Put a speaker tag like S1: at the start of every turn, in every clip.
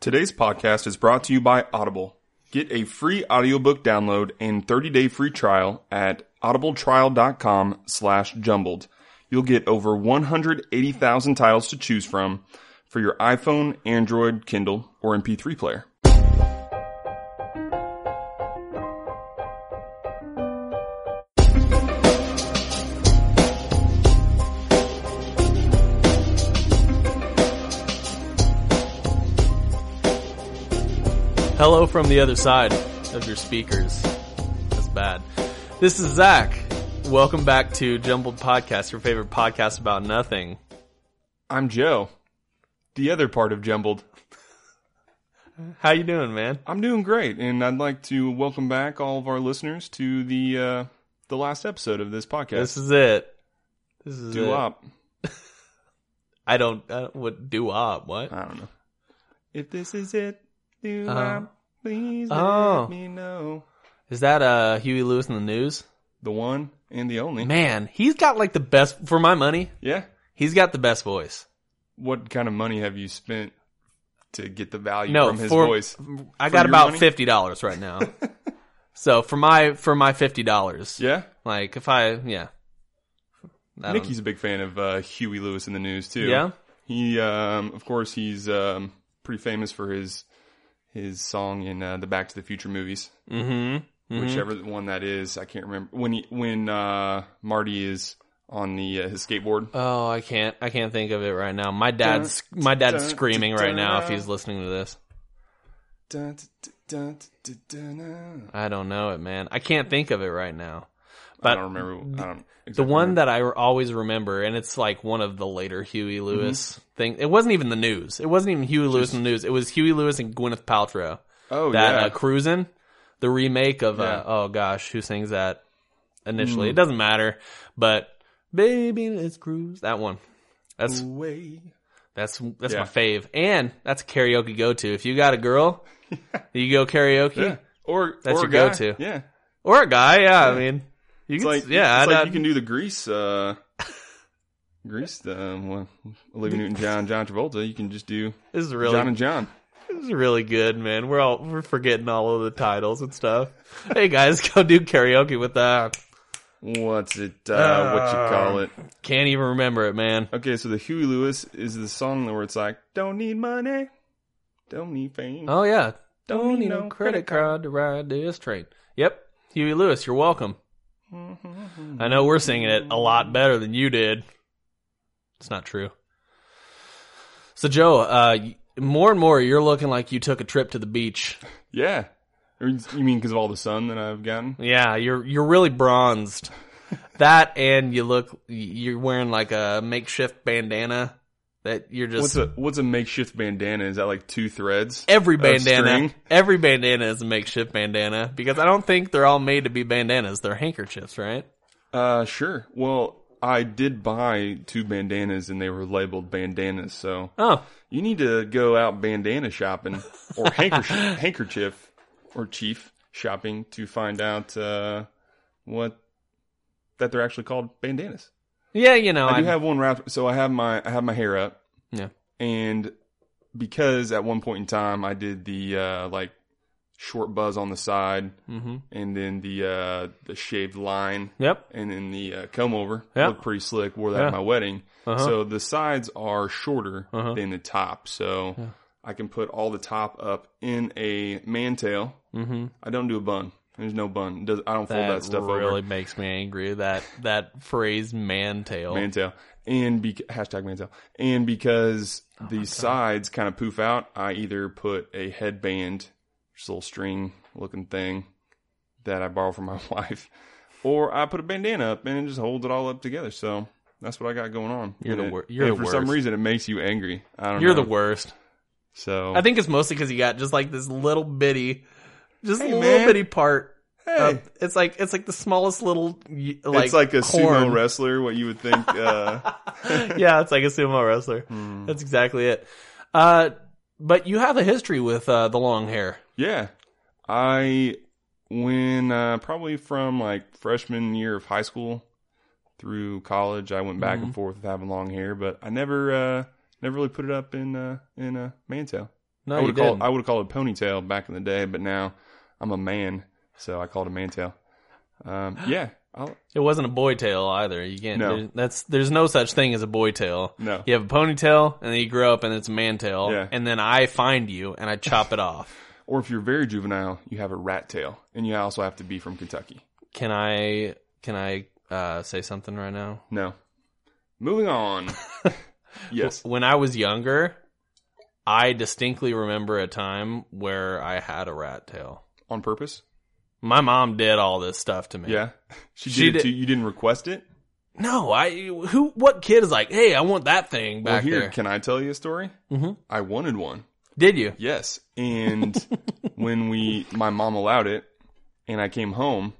S1: Today's podcast is brought to you by Audible. Get a free audiobook download and 30-day free trial at audibletrial.com slash jumbled. You'll get over 180,000 titles to choose from for your iPhone, Android, Kindle, or MP3 player.
S2: Hello from the other side of your speakers. That's bad. This is Zach. Welcome back to Jumbled Podcast, your favorite podcast about nothing.
S1: I'm Joe, the other part of Jumbled.
S2: How you doing, man?
S1: I'm doing great, and I'd like to welcome back all of our listeners to the uh, the last episode of this podcast.
S2: This is it. This is
S1: Do
S2: it.
S1: up.
S2: I don't. I don't what do op? What?
S1: I don't know. If this is it, do
S2: Oh.
S1: I please
S2: Oh.
S1: let me know.
S2: Is that uh Huey Lewis in the news?
S1: The one and the only.
S2: Man, he's got like the best for my money.
S1: Yeah.
S2: He's got the best voice.
S1: What kind of money have you spent to get the value
S2: No,
S1: from his
S2: for-
S1: voice?
S2: I got
S1: your
S2: about
S1: money?
S2: fifty dollars right now. so for my for my fifty dollars,
S1: Yeah.
S2: like if I yeah, I don't-
S1: Nikki's a big fan of uh, Huey Lewis in the news too.
S2: yeah.
S1: He, um, of course, he's um, pretty famous for his his song in uh, the Back to the Future movies,
S2: Mm-hmm.
S1: whichever one that is. I can't remember when he when uh, Marty is on the uh, his skateboard.
S2: Oh, I can't. I can't think of it right now. My dad's my dad's
S1: dun,
S2: screaming right
S1: dun.
S2: now if he's listening to this.
S1: Dun, dun, dun, dun, dun, dun.
S2: I don't know it, man. I can't think of it right now.
S1: I
S2: But
S1: don't remember. I don't
S2: the
S1: exactly
S2: one that I always remember, and it's like one of the later Huey Lewis
S1: Mm-hmm.
S2: thing. It wasn't even the news. It wasn't even Huey Lewis in the news. It was Huey Lewis and Gwyneth Paltrow.
S1: Oh
S2: That
S1: yeah,
S2: uh, cruising, the remake of
S1: Yeah. Mm.
S2: uh, oh gosh, who sings that? Initially, it doesn't matter. But baby, let's cruise. That one. That's
S1: way.
S2: That's that's
S1: Yeah.
S2: my fave, and that's a karaoke go to. If you got a girl, you go karaoke
S1: Yeah. Or
S2: That's
S1: or a guy.
S2: your go-to.
S1: Yeah,
S2: or a guy. Yeah, I mean, you
S1: it's
S2: can.
S1: like
S2: yeah,
S1: it's
S2: I,
S1: like
S2: I-
S1: you can do the Grease, uh, Grease, the um, well, Olivia Newton John, John Travolta. You can just do
S2: this is really
S1: John and John.
S2: this is really good, man. We're all we're forgetting all of the titles and stuff. hey guys, go do karaoke with that.
S1: What's it? Uh, what you
S2: Ah.
S1: call it?
S2: Can't even remember it, man.
S1: Okay, so the Huey Lewis is the song where it's like, "Don't need money, don't need fame."
S2: Oh yeah,
S1: Don't need no credit
S2: card to ride this train. Yep, Huey Lewis, you're welcome.
S1: Mm-hmm.
S2: I know we're singing it a lot better than you did. It's not true. So Joe, uh, y- more and more you're looking like you took a trip to the beach.
S1: Yeah, Or you mean because of all the sun that I've gotten?
S2: Yeah, you're you're really bronzed. That and you look you're wearing like a makeshift bandana that you're
S1: What's
S2: just
S1: a what's a makeshift bandana? Is that like two threads?
S2: every bandana
S1: string?
S2: every bandana is a makeshift bandana because I don't think they're all made to be bandanas. They're handkerchiefs, right?
S1: Uh, sure. Well, I did buy two bandanas and they were labeled bandanas, so
S2: Oh,
S1: you need to go out bandana shopping or handkerchief, handkerchief or chief shopping to find out, uh, what, that they're actually called bandanas.
S2: yeah, you know,
S1: I do
S2: I-
S1: have one wrapped, so I have my, I have my hair up
S2: yeah.
S1: and because at one point in time I did the, uh, like short buzz on the side
S2: hmm
S1: and then the, uh, the shaved line
S2: Yep.
S1: and then the uh, comb over
S2: Yeah.
S1: looked pretty slick. Wore that
S2: Yeah.
S1: at my wedding.
S2: Uh-huh.
S1: So the sides are shorter
S2: Uh-huh.
S1: than the top. So I can put all the top up in a man tail.
S2: Mm-hmm.
S1: I don't do a bun. There's no bun. It does, I don't fold
S2: That,
S1: that stuff
S2: really
S1: over.
S2: makes me angry. That that phrase, man tail.
S1: Man tail. And bec hashtag man tail. And because
S2: Oh
S1: the sides kind of poof out, I either put a headband, just a little string looking thing that I borrow from my wife, or I put a bandana up and it just holds it all up together. So that's what I got going on.
S2: You're the
S1: And it-
S2: wor- you're
S1: and
S2: the
S1: for some
S2: worst.
S1: reason, it makes you angry. I don't
S2: You're
S1: know. Oh.
S2: the worst.
S1: So
S2: I think it's mostly because you got just like this little bitty, just
S1: Hey,
S2: little
S1: man.
S2: bitty part.
S1: hey,
S2: of- it's like it's like the smallest little. y- uh, Like
S1: it's like a
S2: corn.
S1: sumo wrestler. What you would think? Uh, hmm.
S2: yeah, it's like a sumo wrestler. That's exactly it. Uh, but you have a history with uh, the long hair.
S1: Yeah. I, when, uh, probably from like freshman year of high school through college, I went back
S2: Mm-hmm.
S1: and forth with having long hair, but I never, uh, never really put it up in, uh, in a man tail.
S2: No,
S1: I
S2: you
S1: would have
S2: didn't.
S1: called I would have called it ponytail back in the day, but now I'm a man, so I call it a mantail. Um, yeah, I'll,
S2: It wasn't a boy tail either. You can't.
S1: No.
S2: There's, that's there's no such thing as a boy tail.
S1: no,
S2: You have a ponytail, and then you grow up, and it's a man tail.
S1: Yeah.
S2: And then I find you, and I chop it off.
S1: Or if you're very juvenile, you have a rat tail, and you also have to be from Kentucky.
S2: Can I? Can I uh, say something right now?
S1: No. Moving on. yes.
S2: When I was younger, I distinctly remember a time where I had a rat tail.
S1: On purpose?
S2: My mom did all this stuff to me.
S1: Yeah. She did
S2: She
S1: it
S2: did-
S1: to you. You didn't request it?
S2: No, I who what kid is like, hey, I want that thing
S1: Well,
S2: back
S1: here,
S2: there.
S1: can I tell you a story?
S2: Mhm.
S1: I wanted one.
S2: Did you?
S1: Yes. And when we, my mom allowed it, and I came home,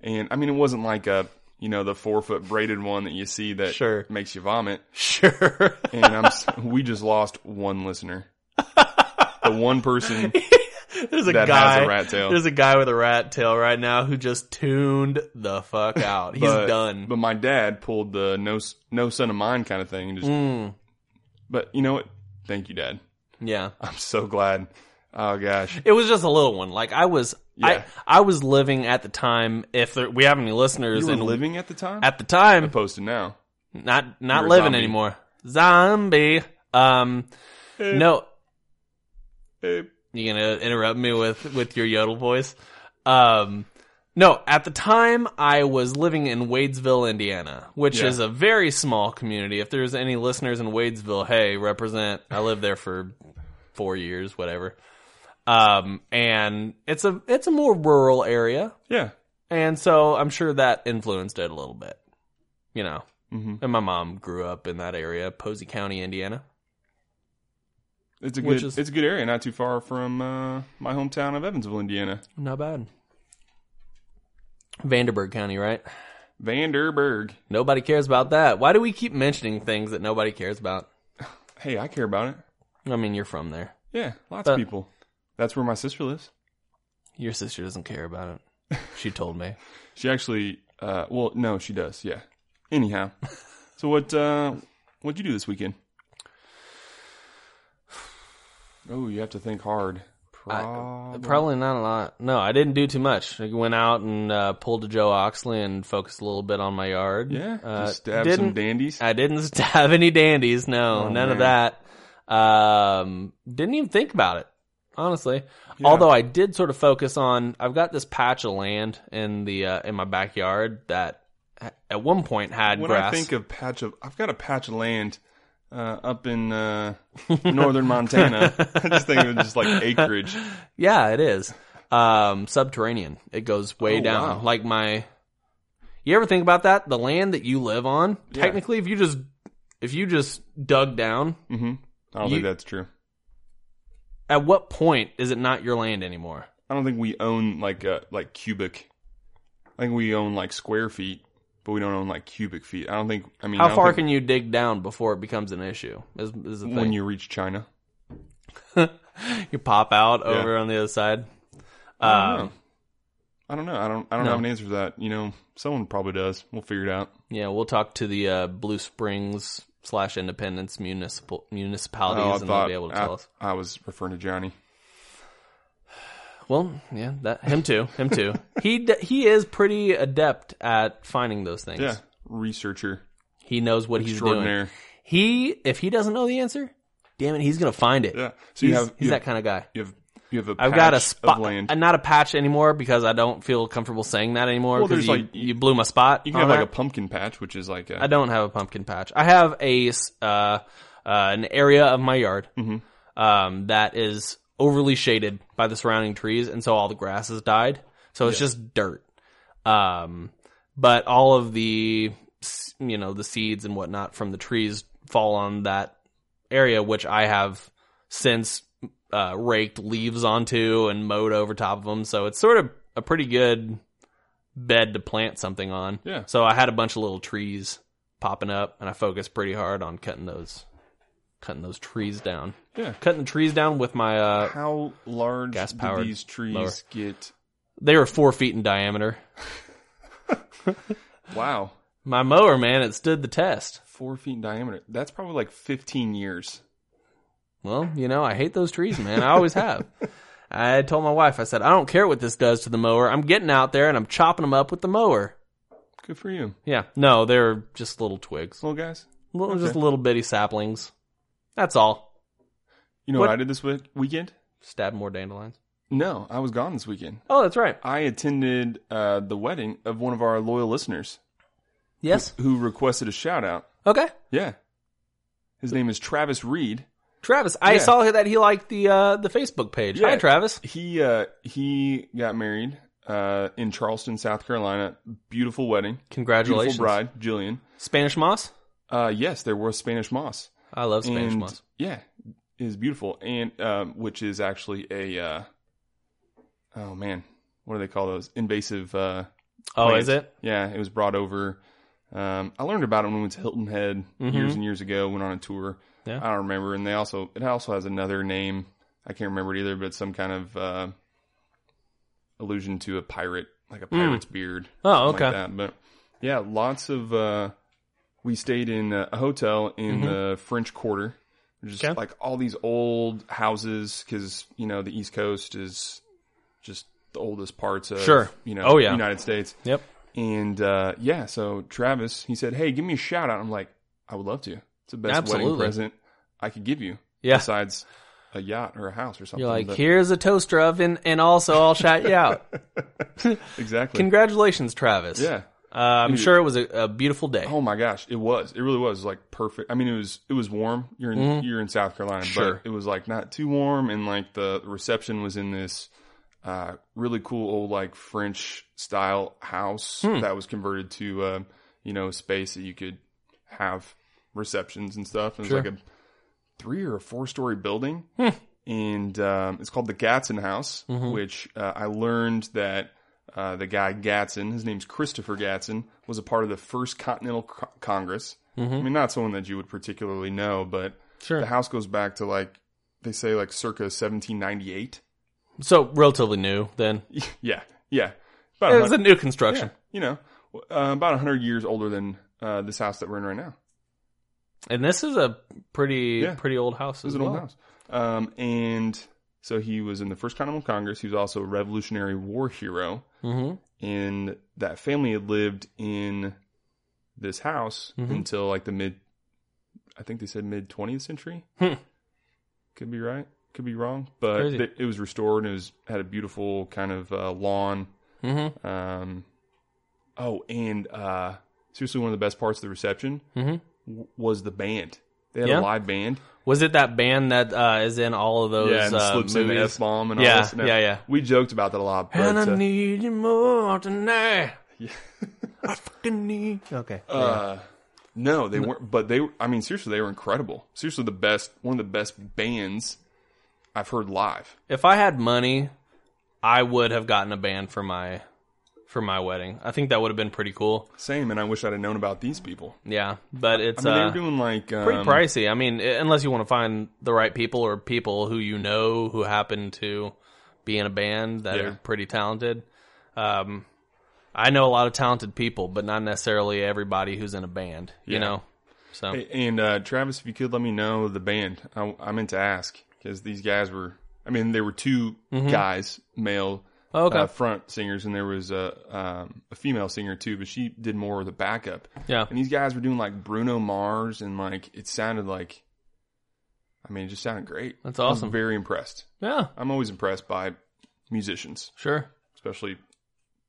S1: and I mean, it wasn't like a, you know, the four foot braided one that you see that
S2: Sure.
S1: makes you vomit.
S2: Sure.
S1: And I'm, s- we just lost one listener. The one person
S2: there's a
S1: that
S2: guy.
S1: has a rat tail.
S2: There's a guy with a rat tail right now who just tuned the fuck out. He's
S1: But-
S2: done.
S1: But my dad pulled the no s- no son of mine kind of thing. And just,
S2: Mm,
S1: But you know what? Thank you, Dad.
S2: yeah.
S1: I'm so glad. Oh gosh,
S2: It was just a little one. Like I was
S1: Yeah.
S2: I I was living at the time if there, we have any listeners
S1: you were
S2: and
S1: living at the time.
S2: at the time
S1: opposed to now.
S2: not
S1: You
S2: not
S1: were a
S2: living
S1: zombie.
S2: anymore. Zombie. Um no
S1: Eh,
S2: you gonna interrupt me with with your yodel voice um no at the time i was living in wadesville indiana which
S1: Yeah.
S2: is a very small community if there's any listeners in wadesville hey represent i lived there for four years whatever um and it's a it's a more rural area
S1: yeah.
S2: and so i'm sure that influenced it a little bit you know
S1: hmm
S2: and my mom grew up in that area posey county indiana
S1: It's a
S2: Which
S1: good
S2: is-
S1: it's a good area, not too far from uh, my hometown of Evansville, Indiana,
S2: not bad vanderburgh county right
S1: Vanderburg.
S2: Nobody cares about that. Why do we keep mentioning things that nobody cares about?
S1: Hey, I care about it.
S2: I mean, you're from there.
S1: Yeah, lots
S2: But-
S1: of people. That's where my sister lives.
S2: Your sister doesn't care about it. She told me.
S1: She actually, uh, well, no, she does. Yeah. Anyhow, so what? Uh, what'd you do this weekend? Oh, you have to think hard.
S2: uh,
S1: Prob-
S2: Probably not a lot. No, I didn't do too much. I went out and uh, pulled a Joe Oxley and focused a little bit on my yard.
S1: yeah.
S2: Uh,
S1: just stab
S2: didn't,
S1: some dandies.
S2: I didn't stab any dandies. No,
S1: Oh,
S2: none of
S1: man.
S2: that. Um, didn't even think about it, honestly. Although I did sort of focus on, I've got this patch of land in the uh, in my backyard that a- at one point had
S1: when
S2: grass.
S1: I think of patch of, I've got a patch of land uh, up in uh, northern Montana. I just think of it just like acreage.
S2: yeah, it is um, subterranean. It goes way
S1: Oh,
S2: down.
S1: wow.
S2: Like my, you ever think about that? The land that you live on,
S1: Yeah.
S2: technically, if you just if you just dug down,
S1: hmm I don't
S2: You-
S1: think that's true.
S2: at what point is it not your land anymore?
S1: I don't think we own like uh, like cubic. I think we own like square feet, but we don't own like cubic feet. I don't think. I mean, I
S2: How
S1: don't
S2: far
S1: think-
S2: can you dig down before it becomes an issue? Is, is the
S1: when
S2: thing. You,
S1: you reach China.
S2: pop out over on the other side.
S1: I
S2: Um,
S1: don't know. I don't know. I don't. I don't
S2: No.
S1: have an answer to that. You know, someone probably does. We'll figure it out.
S2: yeah, we'll talk to the uh, Blue Springs slash Independence municipal municipalities,
S1: Oh, I
S2: and they'll
S1: thought
S2: be able to
S1: I,
S2: tell us.
S1: I was referring to Johnny.
S2: Well, yeah, that him too, him too. he d- he is pretty adept at finding those things.
S1: Yeah, researcher
S2: He knows what he's doing.
S1: extraordinaire.
S2: He if he doesn't know the answer, damn it, he's gonna find it.
S1: Yeah. So
S2: He's,
S1: you have
S2: he's
S1: you
S2: that
S1: have,
S2: kind of guy.
S1: you have you have a
S2: I've got a
S1: patch
S2: spot,
S1: of land.
S2: and not a patch anymore because I don't feel comfortable saying that anymore.
S1: Well, there's
S2: 'cause you,
S1: like-
S2: you blew my spot.
S1: You can have like a pumpkin patch, which is like a,
S2: I don't have a pumpkin patch. I have a s- uh, uh, an area of my yard um, that is overly shaded by the surrounding trees, and so all the grass has died. So it's just dirt. Um, but all of the s- you know the seeds and whatnot from the trees fall on that area, which I have since uh, raked leaves onto and mowed over top of them. So it's sort of a pretty good bed to plant something on.
S1: Yeah.
S2: So I had a bunch of little trees popping up, and I focused pretty hard on cutting those, cutting those trees down,
S1: yeah.
S2: cutting the trees down with my. Uh,
S1: How large
S2: Gas
S1: do
S2: powered
S1: these trees
S2: mower.
S1: get?
S2: they were four feet in diameter.
S1: Wow,
S2: My mower, man, it stood the test.
S1: four feet in diameter. That's probably like fifteen years.
S2: Well, you know, I hate those trees, man. I always have. I told my wife, I said, I don't care what this does to the mower. I'm getting out there and I'm chopping them up with the mower.
S1: Good for you,
S2: Yeah. No, they're just little twigs,
S1: little guys.
S2: little, just little bitty saplings. That's all.
S1: You know
S2: What-
S1: what I did this week- weekend?
S2: Stab more dandelions.
S1: No, I was gone this weekend.
S2: Oh, that's right.
S1: I attended uh, the wedding of one of our loyal listeners
S2: Yes.
S1: who requested a shout out.
S2: Okay.
S1: Yeah. His name is Travis Reed.
S2: Travis, I
S1: Yeah.
S2: saw that he liked the uh, the Facebook page. Hi,
S1: Yeah.
S2: Travis.
S1: He uh, he got married uh, in Charleston, South Carolina. Beautiful wedding.
S2: Congratulations,
S1: Beautiful bride, Jillian.
S2: Spanish moss.
S1: Uh, yes, there was Spanish moss.
S2: I love Spanish
S1: and
S2: moss.
S1: yeah, it is beautiful, and um, which is actually a uh, oh man, what do they call those invasive? Uh,
S2: Oh,
S1: plant.
S2: is it?
S1: Yeah, it was brought over. Um, I learned about it when we went to Hilton Head years and years ago. Went on a tour.
S2: Mm-hmm. Yeah.
S1: I don't remember, and they also it also has another name. I can't remember it either, but it's some kind of uh, allusion to a pirate, like a pirate's beard.
S2: Oh,
S1: something
S2: okay.
S1: Like that. But yeah, lots of. Uh, we stayed in a hotel in the French Quarter, which is
S2: Mm-hmm. Okay.
S1: like all these old houses because you know the East Coast is just the oldest parts of
S2: Sure.
S1: you know
S2: Oh, yeah.
S1: United States.
S2: Yep.
S1: And uh, yeah, so Travis, he said, "Hey, give me a shout out." I'm like, "I would love to. It's the best
S2: Absolutely.
S1: wedding present I could give you,
S2: Yeah.
S1: besides a yacht or a house or something."
S2: You're like,
S1: But-
S2: here's a toaster oven, and also I'll shout you out.
S1: exactly,
S2: Congratulations, Travis.
S1: yeah.
S2: Uh, I'm sure it was a, a beautiful day.
S1: Oh my gosh, it was. It really was like perfect. I mean, it was it was warm. You're in you're in South Carolina,
S2: Sure.
S1: but it was like not too warm, and like the reception was in this uh, really cool old like French style house that was converted to um, you know space that you could have receptions and stuff. And It was like a three or a four story building, and um, it's called the Gatson House, which uh, I learned that uh, the guy Gatson, his name's Christopher Gatson, was a part of the First Continental Co- Congress. I mean, not someone that you would particularly know, but
S2: Sure.
S1: the house goes back to like they say like circa 1798.
S2: So relatively new then.
S1: yeah, yeah, about
S2: It
S1: a
S2: was a
S1: hun-
S2: new
S1: Oh, yeah,
S2: construction.
S1: you know, uh, about hundred years older than uh, this house that we're in right now.
S2: And this is a pretty
S1: Yeah.
S2: pretty old house.
S1: This is
S2: As
S1: an old
S2: well.
S1: house. Um, and so he was in the First Continental Congress. He was also a Revolutionary War hero.
S2: Mhm.
S1: And that family had lived in this house
S2: Mm-hmm.
S1: until like the mid, I think they said mid 20th century.
S2: Hmm.
S1: Could be right. Could be wrong. But
S2: Crazy.
S1: th- it was restored and it was had a beautiful kind of uh, lawn.
S2: Mhm.
S1: Um, oh, and uh, seriously, one of the best parts of the reception
S2: Mhm.
S1: w- was the band. They had a
S2: Yeah.
S1: live band.
S2: Was it that band that uh, is in all of those
S1: Yeah, and the
S2: uh,
S1: slips in the
S2: movies?
S1: F bomb and
S2: Yeah,
S1: all this. and that.
S2: yeah, yeah.
S1: We joked about that a lot, but
S2: And I
S1: uh,
S2: need you more tonight.
S1: Yeah.
S2: I fucking need. Okay.
S1: uh, no, they weren't. But they, I mean, seriously, they were incredible. Seriously, the best, one of the best bands I've heard live.
S2: if I had money, I would have gotten a band for my for my wedding. I think that would have been pretty cool.
S1: Same, and I wish I'd have known about these people.
S2: Yeah, but it's
S1: I mean, they
S2: uh,
S1: were doing like um,
S2: pretty pricey. I mean, i- unless you want to find the right people or people who you know who happen to be in a band that
S1: Yeah.
S2: are pretty talented. Um, I know a lot of talented people, but not necessarily everybody who's in a band. You
S1: Yeah.
S2: know, so
S1: And uh, Travis, if you could let me know the band, I, I meant to ask because these guys were. I mean, there were 2 guys, male
S2: Oh, Mm-hmm. okay.
S1: uh, front singers, and there was a um, a female singer too, but she did more of the backup.
S2: yeah,
S1: And these guys were doing like Bruno Mars, and like it sounded like, I mean, it just sounded great.
S2: That's
S1: I was
S2: awesome.
S1: very impressed.
S2: yeah,
S1: I'm always impressed by musicians,
S2: sure.
S1: especially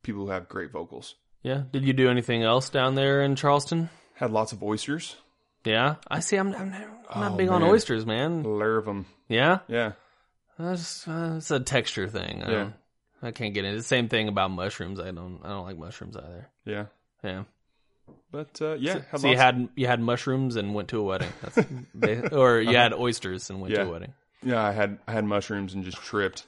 S1: people who have great vocals.
S2: Yeah. Did you do anything else down there in Charleston?
S1: Had lots of oysters,
S2: Yeah, I see. I'm, I'm, not- I'm not
S1: Oh,
S2: big on
S1: man.
S2: oysters, man.
S1: layer of them.
S2: Yeah,
S1: Yeah,
S2: that's uh, it's a texture thing. I,
S1: Yeah.
S2: don't- I can't get into the same thing about mushrooms. I don't. I don't like mushrooms either.
S1: yeah.
S2: Yeah.
S1: But uh, yeah, had
S2: so you
S1: lots-
S2: had you had mushrooms and went to a wedding, That's ba- or you had oysters and went to
S1: Uh-huh. Yeah.
S2: a wedding,
S1: yeah, I had I had mushrooms and just tripped.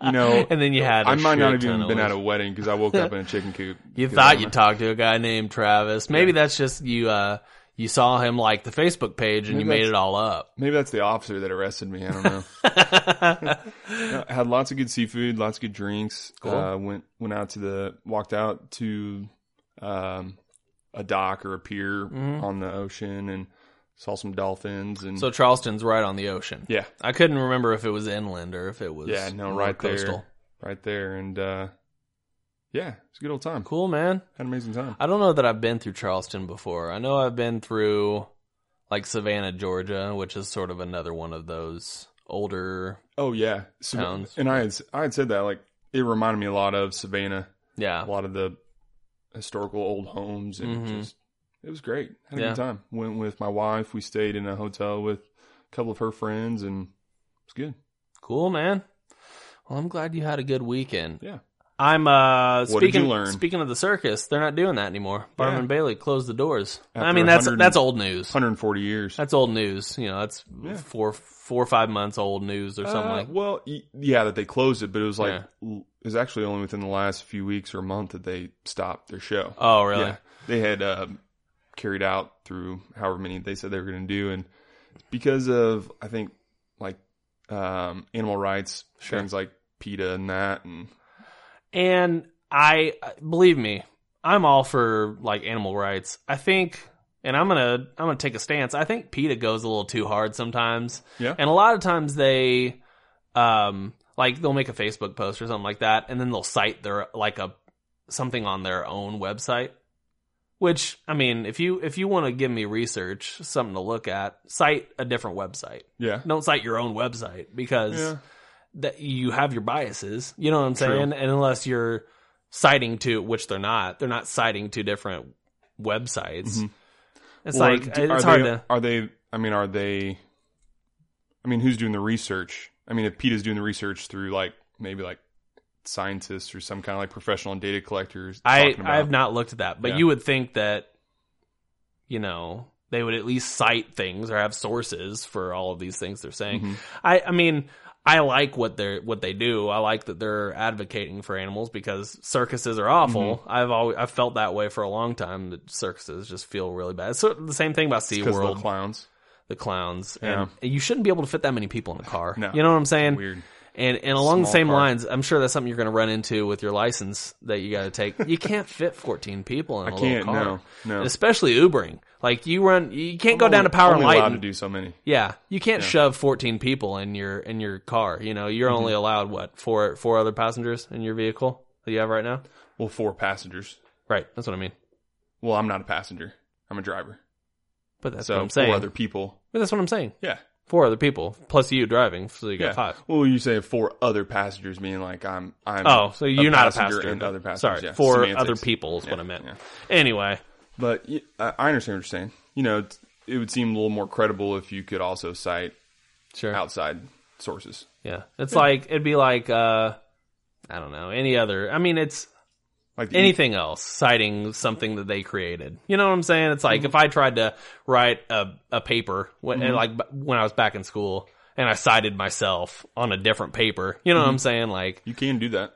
S1: you know,
S2: and then you had.
S1: I
S2: I
S1: might not have even been at a wedding because I woke up in a chicken coop.
S2: You
S1: 'Cause
S2: thought
S1: I'm
S2: you talked to a guy named Travis. Maybe that's just you. uh You saw him like the Facebook page, and you made
S1: that's-
S2: it all up.
S1: Maybe that's the officer that arrested me. I don't know. No, I Uh, had lots of good seafood, lots of good drinks. Uh, went went out to the walked out to um, a dock or a pier on the ocean and Saw some dolphins and
S2: Mm-hmm. So Charleston's right on the ocean.
S1: yeah,
S2: I couldn't remember if it was inland or if it was
S1: yeah, no,
S2: more
S1: right
S2: coastal.
S1: there, right there, and uh, yeah, it's a good old time.
S2: Cool, man.
S1: Had an amazing time.
S2: I don't know that I've been through Charleston before. I know I've been through like Savannah, Georgia, which is sort of another one of those older.
S1: Oh yeah, Sav-
S2: Towns.
S1: and I had s- I had said that like it reminded me a lot of Savannah,
S2: Yeah.
S1: a lot of the historical old homes, and
S2: Mhm.
S1: just it was great. Had a
S2: Yeah.
S1: good time. Went with my wife. We stayed in a hotel with a couple of her friends, and it's good.
S2: Cool, man. Well, I'm glad you had a good weekend.
S1: Yeah.
S2: I'm uh
S1: What did
S2: speaking
S1: you learn?
S2: speaking of the circus, they're not doing that anymore. Barnum
S1: Yeah.
S2: and Bailey closed the doors. I
S1: After
S2: mean, that's
S1: 100
S2: that's old news.
S1: 140 years.
S2: That's old news. You know, that's
S1: Yeah.
S2: four four or five months old news or something
S1: Uh,
S2: like.
S1: Well, y- yeah, that they closed it, but it was like
S2: Yeah.
S1: l- it was actually only within the last few weeks or month that they stopped their show.
S2: Oh, really?
S1: Yeah, they had um carried out through however many they said they were going to do, and because of I think like um, animal rights
S2: Sure.
S1: things like PETA and that, and
S2: And I believe me, I'm all for like animal rights. I think and I'm going to I'm going to take a stance. I think PETA goes a little too hard sometimes.
S1: Yeah.
S2: And a lot of times they um like they'll make a Facebook post or something like that and then they'll cite their like a something on their own website. Which I mean, if you if you want to give me research, something to look at, cite a different website.
S1: yeah,
S2: Don't cite your own website because
S1: yeah,
S2: that you have your biases. You know what I'm
S1: True.
S2: saying? And unless you're citing to, which they're not, they're not citing to different websites.
S1: Mhm.
S2: It's
S1: Well,
S2: like
S1: do-
S2: it's
S1: are
S2: hard
S1: they,
S2: to.
S1: Are they? I mean, are they? I mean, who's doing the research? I mean, if PETA's doing the research through like maybe like scientists or some kind of like professional data collectors.
S2: I
S1: talking about-
S2: I have not looked at that, but
S1: Yeah.
S2: you would think that, you know, they would at least cite things or have sources for all of these things they're saying.
S1: Mhm.
S2: I I mean. I like what they're what they do. I like that they're advocating for animals because circuses are awful.
S1: Mm-hmm.
S2: I've always I've felt that way for a long time. That circuses just feel really bad. So the same thing about Sea
S1: because of the
S2: World.
S1: clowns.
S2: the clowns and you shouldn't be able to fit that many people in a car
S1: No.
S2: you know what i'm saying
S1: Weird.
S2: and and along the
S1: Small
S2: same
S1: car.
S2: lines i'm sure that's something you're going to run into with your license that you got to take you can't fit 14 people in a
S1: I
S2: little
S1: can't.
S2: car
S1: No, no.
S2: especially ubering like you run you can't go down to power and
S1: only
S2: light
S1: allowed
S2: and-
S1: to do so many.
S2: yeah you can't shove 14 people in your in your car you know you're
S1: Mm-hmm.
S2: only allowed what four four other passengers in your vehicle that you have right now
S1: Well, four passengers.
S2: right that's what i mean
S1: Well, I'm not a passenger. I'm a driver.
S2: but that's
S1: so
S2: what i'm saying
S1: four other people.
S2: but that's what i'm saying
S1: Yeah.
S2: four other people plus you driving so you got
S1: Yeah.
S2: five
S1: Well, you say four other passengers, meaning like I'm. I'm.
S2: Oh, so you're not a passenger.
S1: and other passengers.
S2: Sorry,
S1: yeah.
S2: for
S1: Semantics.
S2: other people is what I meant.
S1: yeah.
S2: Anyway,
S1: But y- I I understand what you're saying. You know, it's- it would seem a little more credible if you could also cite
S2: sure.
S1: outside sources.
S2: Yeah, it's like it'd be like uh, I don't know any other. I mean, it's
S1: Like the
S2: anything else citing something that they created. You know what I'm saying? It's
S1: Mm-hmm.
S2: like if I tried to write a a paper when and like b- when I was back in school and I cited myself on a different paper. You know
S1: Mm-hmm.
S2: what I'm saying? Like
S1: You can do that.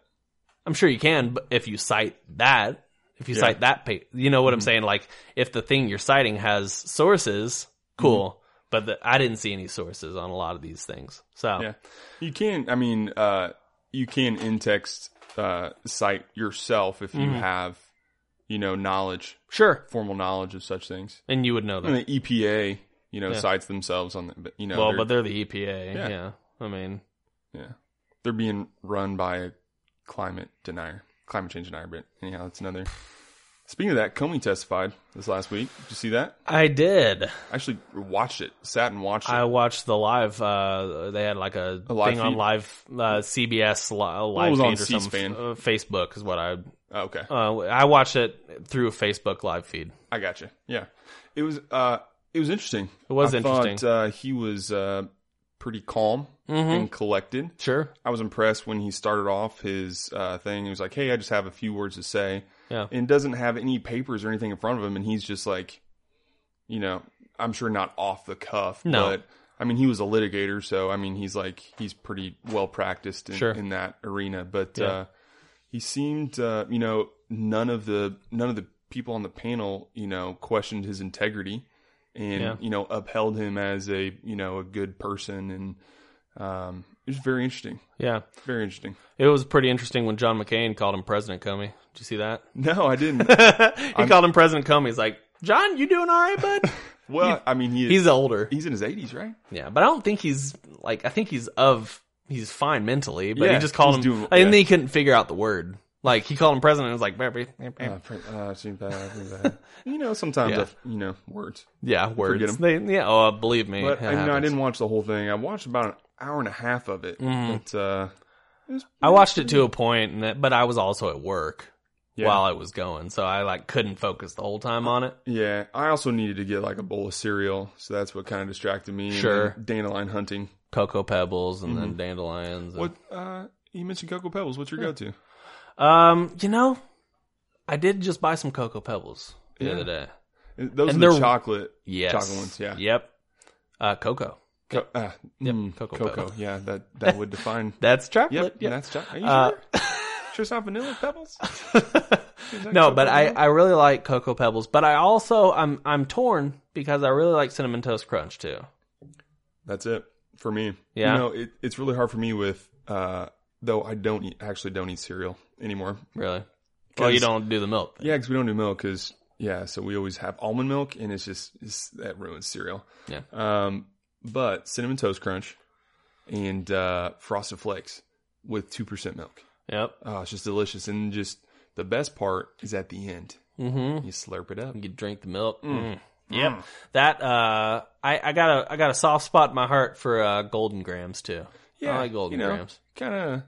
S2: I'm sure you can, but if you cite that, if you
S1: Yeah. Mm-hmm.
S2: cite that paper, you know what I'm saying? Like, if the thing you're citing has sources, cool.
S1: Mm-hmm.
S2: But the, I didn't see any sources on a lot of these things. So,
S1: Yeah, you can. I mean, uh, you can in text uh, cite yourself if you
S2: Mm-hmm.
S1: have, you know, knowledge,
S2: sure.
S1: formal knowledge of such things.
S2: And you would know that.
S1: And the EPA, you know, cites themselves on the, but, you know,
S2: well,
S1: they're,
S2: but they're the EPA. Yeah.
S1: Yeah.
S2: I mean,
S1: yeah, they're being run by a climate denier, climate change denier. But anyhow, that's another. Speaking of that, Comey testified this last week. Did you see that?
S2: I did.
S1: I actually watched it, sat and watched it.
S2: I watched the live. Uh, they had like a,
S1: A live
S2: thing on
S1: feed?
S2: live uh, CBS li- live
S1: it was
S2: feed
S1: on
S2: or something.
S1: C-SPAN.
S2: Uh, Facebook is what I.
S1: Oh, okay,
S2: Uh, I watched it through a Facebook live feed.
S1: I gotcha. Yeah, it was. uh It was interesting.
S2: It was
S1: I
S2: interesting. Mm-hmm.
S1: Thought, uh, he was uh, pretty calm and collected.
S2: Sure.
S1: I was impressed when he started off his uh, thing. He was like, "Hey, I just have a few words to say,"
S2: Yeah.
S1: and doesn't have any papers or anything in front of him. And he's just like, you know, I'm sure not off the cuff,
S2: No.
S1: but I mean, he was a litigator, so I mean, he's like he's pretty well practiced in,
S2: Sure.
S1: in that arena. But
S2: Yeah.
S1: uh, he seemed, uh, you know, none of the none of the people on the panel, you know, questioned his integrity and
S2: Yeah.
S1: you know upheld him as a you know a good person and. Um, it was very interesting.
S2: Yeah.
S1: Very interesting.
S2: It was pretty interesting when John McCain called him President Comey. Did you see that?
S1: No, I didn't.
S2: he called him President Comey. He's like, John, you doing all right, bud?
S1: Well, I mean, he,
S2: He's older.
S1: he's in his 80s, right?
S2: Yeah, but I don't think he's like I think he's of he's fine mentally, but he
S1: Yeah,
S2: just called him
S1: he's doing-
S2: and then
S1: yeah.
S2: he couldn't figure out the word. Like he called him president and was like "Bah, bah, bah, bah."
S1: Uh, pre- uh, too bad, too bad. you know, sometimes,
S2: Yeah.
S1: I, you know, words.
S2: Yeah, words.
S1: 'em.
S2: They, yeah, oh believe me.
S1: But
S2: it
S1: I, know, I
S2: happens.
S1: didn't watch the whole thing. I watched about an hour and a half of it.
S2: Mhm.
S1: But, uh,
S2: I watched it to a point and that, but I was also at work
S1: yeah.
S2: while it was going, so I like couldn't focus the whole time on it.
S1: Yeah, I also needed to get like a bowl of cereal, so that's what kind of distracted me. And
S2: Sure.
S1: then dandelion hunting.
S2: Cocoa Pebbles and then dandelions. and-
S1: What uh, you mentioned Cocoa Pebbles? What's your go-to? Uh,
S2: Um, you know, I did just buy some Cocoa Pebbles the
S1: Yeah.
S2: other day.
S1: Those
S2: And
S1: are the
S2: they're-
S1: chocolate.
S2: Yes.
S1: Chocolate ones, yeah.
S2: Yep. Uh, cocoa.
S1: Co- uh, mm,
S2: Cocoa Pebbles.
S1: Yeah, that that would define.
S2: That's
S1: Yep,
S2: chocolate.
S1: that's chocolate. Are you
S2: Uh,
S1: sure? sure, it's not vanilla pebbles.
S2: no, but I,
S1: Vanilla?
S2: I really like Cocoa Pebbles, but I also I'm I'm torn because I really like Cinnamon Toast Crunch too.
S1: That's it for me.
S2: Yeah.
S1: You know, it, it's really hard for me with uh, though I don't eat, actually don't eat cereal anymore.
S2: Really. Well, you don't do the milk.
S1: Yeah, because we don't do milk. Because yeah, so we always have almond milk, and it's just it's, that ruins cereal.
S2: Yeah.
S1: Um, but cinnamon toast crunch and uh, frosted flakes with two percent milk.
S2: Yep.
S1: Oh, it's just delicious, and just the best part is at the end.
S2: Mm-hmm.
S1: You slurp it up.
S2: You drink the milk. Mm. Yep.
S1: Mm.
S2: That uh, I I got a I got a soft spot in my heart for uh, Golden Grams too. I like Golden
S1: you know,
S2: Grams.
S1: Kind of,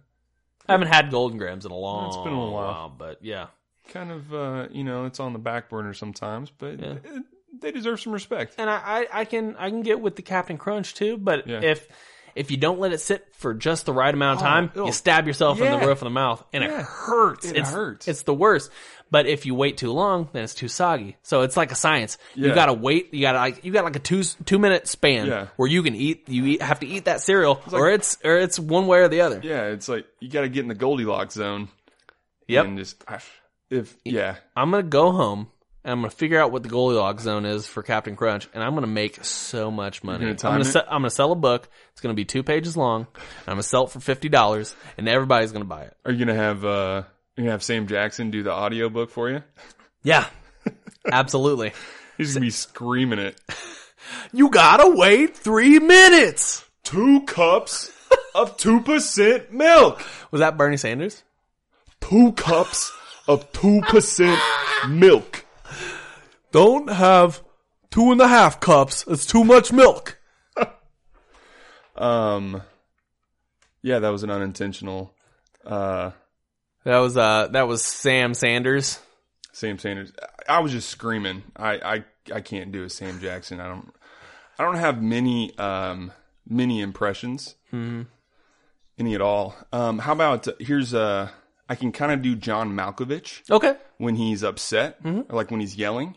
S2: I haven't had Golden Grams in a long.
S1: It's been a while.
S2: but yeah.
S1: kind of, uh, you know, it's on the back burner sometimes, but
S2: Yeah.
S1: th- they deserve some respect.
S2: and I, I, I can I can get with the Captain Crunch too, but
S1: Yeah.
S2: if if you don't let it sit for just the right amount of
S1: Oh,
S2: time,
S1: ew.
S2: you stab yourself in
S1: Yeah.
S2: the roof of the mouth, and
S1: Yeah.
S2: it hurts.
S1: It
S2: it's,
S1: hurts.
S2: It's the worst. But if you wait too long, then it's too soggy. So it's like a science. You
S1: Yeah.
S2: gotta wait. You gotta like you got like a two two minute span
S1: Yeah.
S2: where you can eat. You eat, have to eat that cereal, or it's or it's one way or the other.
S1: Yeah, it's like you got to get in the Goldilocks zone.
S2: Yep.
S1: And just, I- if, yeah.
S2: I'm gonna go home. And I'm gonna figure out what the Goldilocks zone is for Captain Crunch, and I'm gonna make so much money.
S1: gonna
S2: I'm
S1: time
S2: gonna
S1: it?
S2: se- I'm gonna sell a book. It's gonna be two pages long. and I'm gonna sell it for fifty dollars, and everybody's gonna buy it.
S1: Are you gonna have uh you gonna have Sam Jackson do the audiobook for you?
S2: Yeah, absolutely.
S1: He's gonna be screaming it.
S2: You gotta wait three minutes.
S1: Two cups of two percent milk.
S2: Was that Bernie Sanders?
S1: Two cups of two percent milk.
S2: Don't have two and a half cups. It's too much milk.
S1: Um Yeah, that was an unintentional uh
S2: That was uh, that was Sam Sanders.
S1: Sam Sanders. I I was just screaming. I, I I can't do a Sam Jackson. I don't I don't have many um many impressions. Any at all. Um how about here's uh I can kind of do John Malkovich.
S2: Okay.
S1: when he's upset,
S2: Mm-hmm.
S1: or like when he's yelling.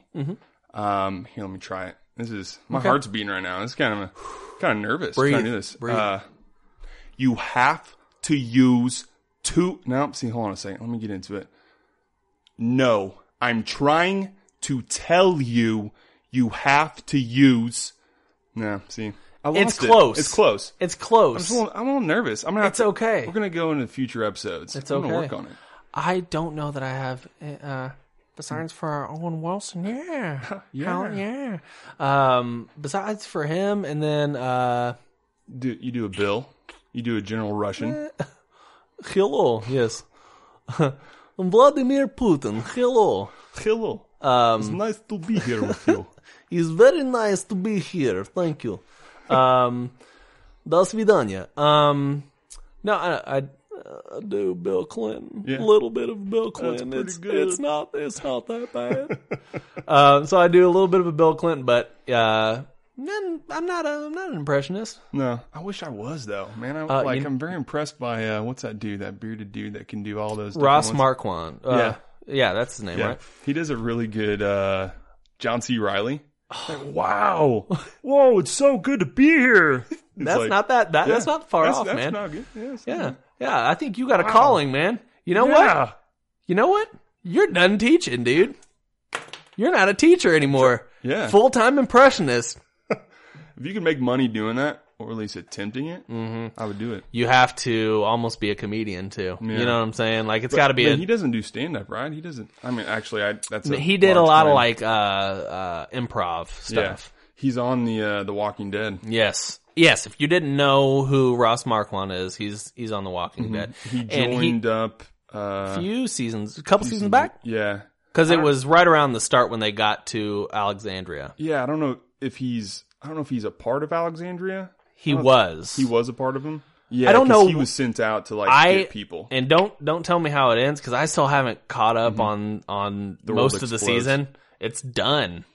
S1: Um, here, let me try it. This is my heart's beating right now. It's kind of kind of nervous. trying to do this.
S2: Breathe.
S1: Uh, you have to use two. No, see, hold on a second. Let me get into it. No, I'm trying to tell you. You have to use. No, see, I lost
S2: It's
S1: it.
S2: close.
S1: It's close.
S2: It's close.
S1: I'm a little, I'm a little nervous. I'm gonna. Have
S2: It's
S1: to-
S2: okay.
S1: We're gonna go into future episodes. It's I'm
S2: okay.
S1: gonna work on it.
S2: I don't know that I have uh, the signs for our Owen Wilson. Yeah,
S1: Yeah.
S2: yeah. Um, besides for him, and then uh,
S1: Do you do a bill? You do a general Russian?
S2: hello, yes, Vladimir Putin. Hello,
S1: Hello.
S2: Um,
S1: it's nice to be here with you.
S2: it's very nice to be here. Thank you. Um, до свидания. Um, no, I, I, I do Bill Clinton. A
S1: Yeah.
S2: little bit of Bill Clinton.
S1: pretty
S2: It's
S1: good.
S2: it's not it's not that bad. um, so I do a little bit of a Bill Clinton, but uh, then I'm not a I'm not an impressionist.
S1: No, I wish I was though, man. I, like
S2: Uh, you-
S1: I'm very impressed by uh, what's that dude, that bearded dude that can do all those. different
S2: Ross
S1: ones.
S2: Marquand. Uh, yeah,
S1: Yeah.
S2: that's his name,
S1: Yeah.
S2: right?
S1: He does a really good uh, John C. Riley.
S2: Oh.
S1: Like, wow, whoa, Oh, it's so good to be here. It's
S2: That's
S1: like-
S2: not that, that
S1: Yeah.
S2: that's not far
S1: That's-
S2: off,
S1: that's
S2: man.
S1: not good. Yeah, it's not
S2: yeah,
S1: good.
S2: yeah. I think you got a calling, man. You know what?
S1: Yeah.
S2: you know what? You're done teaching, dude. You're not a teacher anymore.
S1: Yeah.
S2: Full time impressionist.
S1: If you could make money doing that, or at least attempting it,
S2: Mm-hmm.
S1: I would do it.
S2: You have to almost be a comedian too.
S1: Yeah.
S2: You know what I'm saying? Like it's got to be.
S1: Man,
S2: a,
S1: he doesn't do stand up, right? He doesn't. I mean, actually, I that's a
S2: he did a
S1: large
S2: lot
S1: claim.
S2: of like uh, uh, improv stuff.
S1: Yeah. He's on the uh, the Walking Dead.
S2: Yes. Yes, if you didn't know who Ross Marquand is, he's he's on The Walking Dead.
S1: Mm-hmm. He
S2: And he-
S1: joined up. Uh,
S2: A few seasons, a couple seasons back,
S1: yeah,
S2: because it was right around the start when they got to Alexandria.
S1: yeah. I don't know if he's. I don't know if he's a part of Alexandria.
S2: He was.
S1: He was a part of him. Yeah,
S2: I don't
S1: 'cause
S2: know-
S1: He was sent out to like get
S2: I-
S1: people.
S2: And don't don't tell me how it ends because I still haven't caught up on on
S1: Mm-hmm. world
S2: most of the
S1: explodes.
S2: season. It's done.